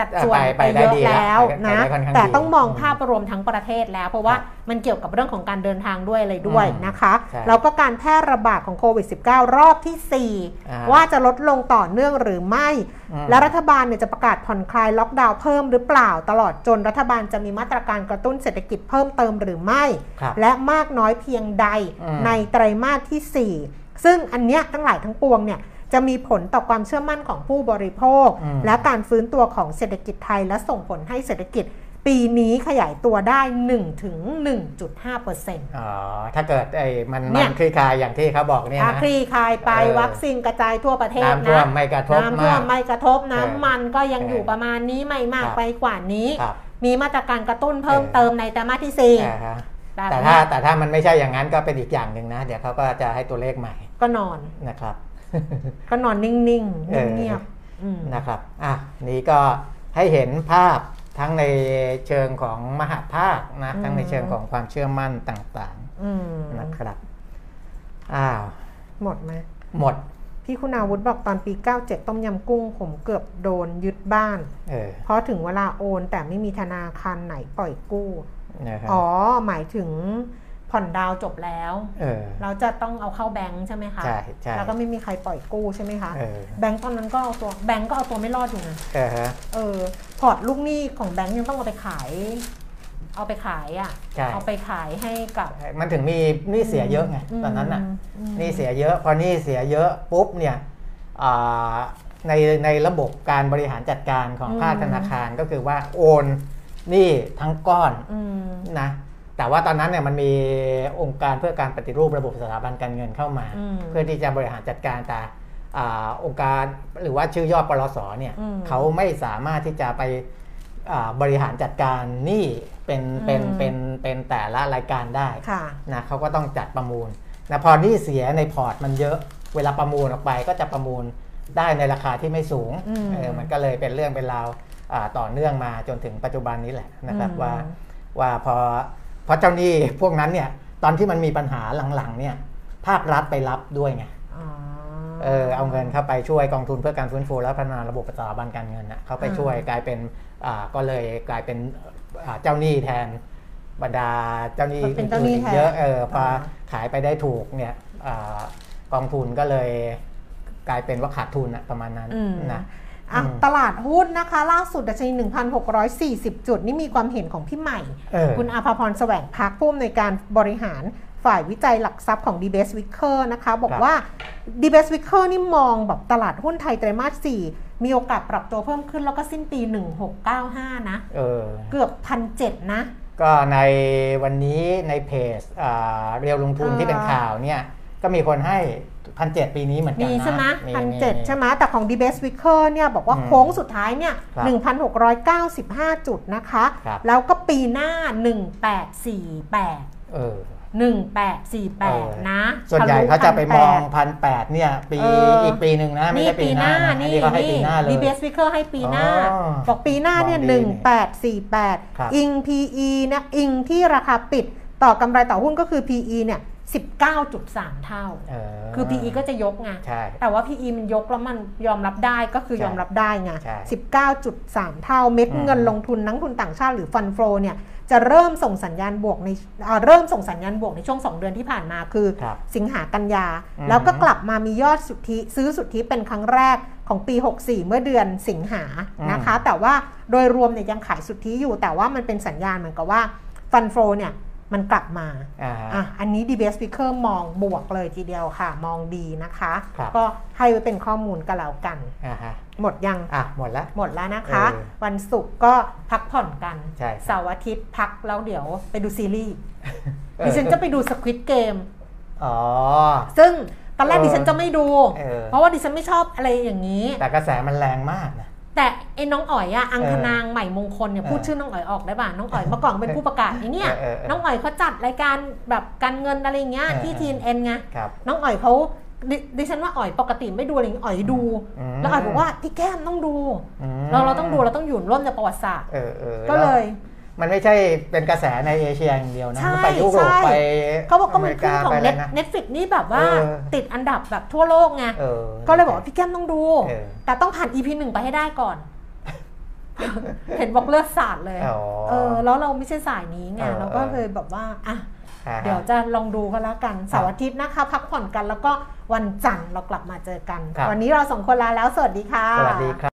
B: สัดส่วน
C: ไปไปได้
B: เยอะ
C: ดีละ
B: แล้วนะ
C: ไปได้ค่อนข้าง
B: แต่
C: ดี
B: ต้องมอง
C: อืม
B: ภาพรวมทั้งประเทศแล้ว เพราะว่ามันเกี่ยวกับเรื่องของการเดินทางด้วยอะไรด้วย
C: อืม
B: นะคะ
C: ใช่
B: แล้วก็การแพร่ระบาดของโควิด -19 รอบที่สี่
C: อ่า
B: ว่าจะลดลงต่อเนื่องหรือไม่
C: อืม
B: และรัฐบาลเนี่ยจะประกาศผ่อนคลายล็อกดาวน์เพิ่มหรือเปล่า ตลอดจนรัฐบาลจะมีมาตรการกระตุ้นเศรษฐกิจเพิ่มเติมหรือไม่
C: ครับ
B: และมากน้อยเพียงใด
C: อืม
B: ในไตรมาสทีสี่ 4 ซึ่งอันเนี้ยทั้งหลายทั้งปวงเนี่ยจะมีผลต่อความเชื่อมั่นของผู้บริโภค
C: อืม
B: และการฟื้นตัวของเศรษฐกิจไทย และส่งผลให้เศรษฐกิจ ปีนี้ขยายตัวได้1ถึง1.5เปอร์เซ็นต์
C: อ๋อถ้าเกิดไอ้มัน
B: เนี่
C: มั
B: ย
C: นคลี่คลายอย่างที่เขาบอกเนี่ย
B: อา
C: นะ
B: คลี่คลายไป
C: เออ
B: วัคซีนกระจายทั่วประเทศ
C: น้ำท่ว
B: นะ
C: มไม่กระทบ
B: น้ำท่ว
C: มาก
B: มไม่กระทบน้ำมันก็ยัง
C: เออ
B: อ
C: อยู่
B: ประมาณนี้ไม่มาก
C: ครับ
B: ไปกว่านี้
C: ครับ
B: มีมาตรการกระตุ้นเพิ่ม
C: เออ
B: เติมในไตรมาสที่สี่
C: อ่าฮะ
B: แบบ
C: แต่ถ้า
B: นี้
C: แต่ถ้ามันไม่ใช่อย่างนั้นก็เป็นอีกอย่างหนึ่งนะ เดี๋ยวเขาก็จะให้ตัวเลขใหม่
B: ก็นอน
C: นะครับ
B: ก็นอนนิ่งๆเ
C: เออ
B: งียบๆม
C: นะครับ อ่ะ นี่ก็ให้เห็นภาพทั้งในเชิงของมหาภาคนะ
B: อืม
C: ทั้งในเชิงของความเชื่อมั่นต่าง
B: อืม
C: ๆนะครับ อ้าว
B: หมดไหม
C: หมด
B: พี่คุณอาวุธบอกตอนปี 97 ต้มยำกุ้ง ผมเกือบโดนยึดบ้าน
C: เออ
B: เพราะถึงเวลาโอนแต่ไม่มีธนาคารไหนปล่อยกู้
C: นะฮะ
B: อ๋อ หมายถึงผ่อนดาวจบแล้ว
C: เออ
B: เราจะต้องเอาเข้าแบงค์ใช่ไหมคะ
C: ใช่ใช่
B: แล้วก็ไม่มีใครปล่อยกู้ใช่ไหมคะ
C: เออ
B: แบงค์ตอนนั้นก็เอาตัวแบงค์ก็เอาตัวไม่รอดอยู่นะ
C: เออฮะ
B: เออพอร์ตลูกหนี้ของแบงก์ยังต้องเอาไปขาย เอาไปขายอ่ะ
C: ใช่
B: เอาไปขายให้กับ
C: มันถึงมีหนี้เสียเยอะไง
B: อืม
C: ตอนนั้นน่ะ
B: อืม
C: หนี้เสียเยอะ พอหนี้เสียเยอะปุ๊บเนี่ยอ่าในในระบบการบริหารจัดการของภาคธนาคารก็คือว่าโอนหนี้ทั้งก้อน
B: อืม
C: นะแต่ว่าตอนนั้นเนี่ยมันมีองค์การเพื่อการปฏิรูประบบสถาบันการเงินเข้ามา
B: อืม
C: เพื่อที่จะบริหารจัดการแต่อ่าองค์การหรือว่าชื่อย่อปลสเนี่ย
B: อืม
C: เขาไม่สามารถที่จะไปอ่าบริหารจัดการหนี้เป็นเป็น
B: อืม
C: เป็นเป็นแต่ละรายการได้
B: ค่ะ
C: นะเขาก็ต้องจัดประมูลนะพอหนี้เสียในพอร์ตมันเยอะ เวลาประมูลออกไปก็จะประมูลได้ในราคาที่ไม่สูง
B: อืม
C: เออมันก็เลยเป็นเรื่องเป็นราวอ่าต่อเนื่องมาจนถึงปัจจุบันนี้แหละนะครับ
B: อืม
C: ว่าว่าพอเพราะเจ้าหนี้พวกนั้นเนี่ยตอนที่มันมีปัญหาหลังๆเนี่ยภาครัฐไปรับด้วยไง
B: อ๋อ
C: เออเอาเงินเข้าไปช่วยกองทุนเพื่อการฟื้นฟูและพัฒนาระบบสถาบันการเงินนะเขาไป
B: อ่า
C: ช่วยกลายเป็นอ่าก็เลยกลายเป็นอ่าเจ้าหนี้แทนบรรดาเจ้าหนี้
B: ก็เป็นเจ้าหนี้แทน
C: เยอะเออพออา ขายไปได้ถูกเนี่ยอากองทุนก็เลยกลายเป็นว่าขาดทุนอะประมาณนั้น
B: อืม
C: นะ
B: อ่ะ
C: อืม
B: ตลาดหุ้นนะคะ ล่าสุดดัชนี 1,640 จุด นี่มีความเห็นของพี่ใหม่
C: เออ
B: คุณอาภาพรแสวงพักผู้อำนวยการบริหารฝ่ายวิจัยหลักทรัพย์ของ d b s w i c k e r นะคะ บอกว่า d b s w i c k e r นี่มองแบบตลาดหุ้นไทยไตรมาส4มีโอกาสปรับตัวเพิ่มขึ้นแล้วก็สิ้นปี 1695 นะ
C: เออ
B: เกือบพันเจ็ดนะ
C: ก็ในวันนี้ในเพจอ่าเรียวลงทุน
B: อ่า
C: ที่เป็นข่าวเนี่ยก็มีคนให้พันเจ็ดปีนี้เหมือนกัน
B: มี
C: นะ
B: ใช่ไหม
C: มี
B: พัน
C: มี
B: เจ็ดใช่ไหมแต่ของ d b s w i c k e r เนี่ยบอกว่า
C: อืม
B: โค้งสุดท้ายเนี่ย
C: ครับ
B: 1,695 จุดนะคะ
C: ครับ
B: แล้วก็ปีหน้า 1848
C: เออ เออ
B: 1848 นะ
C: ส่วนใหญ่
B: ทลุ
C: เขาจะไปมอง
B: 1,800
C: พันแปดเนี่ยปี
B: เอออี
C: อีกปีหนึ่งนะไม่
B: นี่
C: ใช่ปี
B: ปี
C: ห
B: ห
C: น้า
B: น้า
C: นะอัน
B: นี่
C: นี่ก็ให้ปี
B: นี่
C: หน้าเลย
B: ดีเบสวิเคอร์ให้ปีหน้า
C: อ๋อ
B: บอกปีหน้าเนี่ย
C: มองดี
B: 1848 อิง PE นะอิงที่ราคาปิดต่อกำไรต่อหุ้นก็คือ PE เนี่ย19.3 เท่า
C: เ
B: คือ PE ก็จะยกไง
C: ใช่
B: แต่ว่า PE มันยกแล้วมันยอมรับได้ก็คือยอมรับได้ไง
C: ใช่
B: 19.3 เท่าเม็ด
C: อืม
B: เงินลงทุนนักทุนต่างชาติหรือฟัน l ฟ w เนี่ย จะเริ่มส่งสัญญาณบวกในเอ่อเริ่มส่งสัญญาณบวกในช่วง 2 เดือนที่ผ่านมาคือ
C: ครับ
B: สิงหากันยา
C: อืม
B: แล้วก็กลับมามียอดสุทธิ ซื้อสุทธิเป็นครั้งแรกของปี 64 เมื่อเดือนสิงหานะคะ แต่ว่าโดยรวมเนี่ยยังขายสุทธิอยู่ แต่ว่ามันเป็นสัญญาณเหมือนกับว่าฟัน l ฟ w เนี่ยมันกลับมา
C: อ่าฮะ
B: อ่ะ อันนี้ d b s Speaker มองบวกเลยทีเดียวค่ะ มองดีนะคะ
C: ครับ
B: ก็ให้ไว้เป็นข้อมูลกันแล้วกัน
C: อ่าฮะ
B: หมดยัง
C: อ่ะหมดแล้ว
B: หมดแล้วนะคะ
C: เออ
B: วันศุกร์ก็พักผ่อนกัน
C: ใช่ครับ
B: เสาร์อาทิตย์พักแล้วเดี๋ยวไปดูซีรีส์
C: เออ
B: ดิฉันจะไปดู Squid Game
C: อ๋อ
B: ซึ่งตอนแรก
C: เออ
B: ดิฉันจะไม่ดู
C: เออ
B: เพราะว่าดิฉันไม่ชอบอะไรอย่างนี้
C: แต่กระแสมันแรงมากนะ
B: แต่ไอ้น้องอ๋อยอะอังคณางใหม่มงคลเนี่ย
C: เออ
B: พูดชื่อน้องอ๋อยออกได้ป่ะน้องอ๋อยเมื่อก่อนเป็นผู้ประกาศไอ้เนี่ย
C: เออเออเออ
B: น้องอ๋อยเขาจัดรายการแบบการเงินอะไรอย่างเงี้ย
C: เออ
B: ที่
C: เออ
B: TNN ไง
C: ครับ
B: น้องอ๋อยเขาดดิฉันว่าอ๋อยปกติไม่ดูอะไรอย่างงี้อ๋อยดู
C: อืม
B: แล้วอ๋อยบอกว่าพี่แก้มต้องดู
C: ม
B: เราเราต้องดูเราต้องอยู่ร่วมในประวัติศาสตร์
C: เออเออ
B: ก็เลย
C: มันไม่ใช่เป็นกระแสในเอเชียอย่างเดียวนะ
B: ใช่
C: มันไปยุโรป
B: ใช่
C: ไป
B: เขาบอกก็มันขึ้นของ
C: ไปะไร
B: เน็ต
C: นะ
B: เน็ตฟิกนี่แบบว่า
C: เออ
B: ติดอันดับแบบทั่วโลกไง
C: เออ
B: ก็เลยบอกว่าพี่แก้มต้องดู
C: เออ
B: แต่ต้องผ่าน EP หนึ่งไปให้ได้ก่อน เห็นบอกเลือดสาดเลย
C: อ๋อ
B: เออแล้วเราไม่ใช่สายนี้ไง
C: เออ
B: เราก็
C: เออ
B: เลยแบบว่าอ่ะ
C: อ่าฮะ
B: เดี๋ยวจะลองดูก็แล้วกันเสาร์อาทิตย์นะคะ พักผ่อนกันแล้วก็วันจันทร์เรากลับมาเจอกัน
C: ครับ
B: วันนี้เราสองคนลาแล้วสวัสดีค่ะ
C: สวัสดีครับ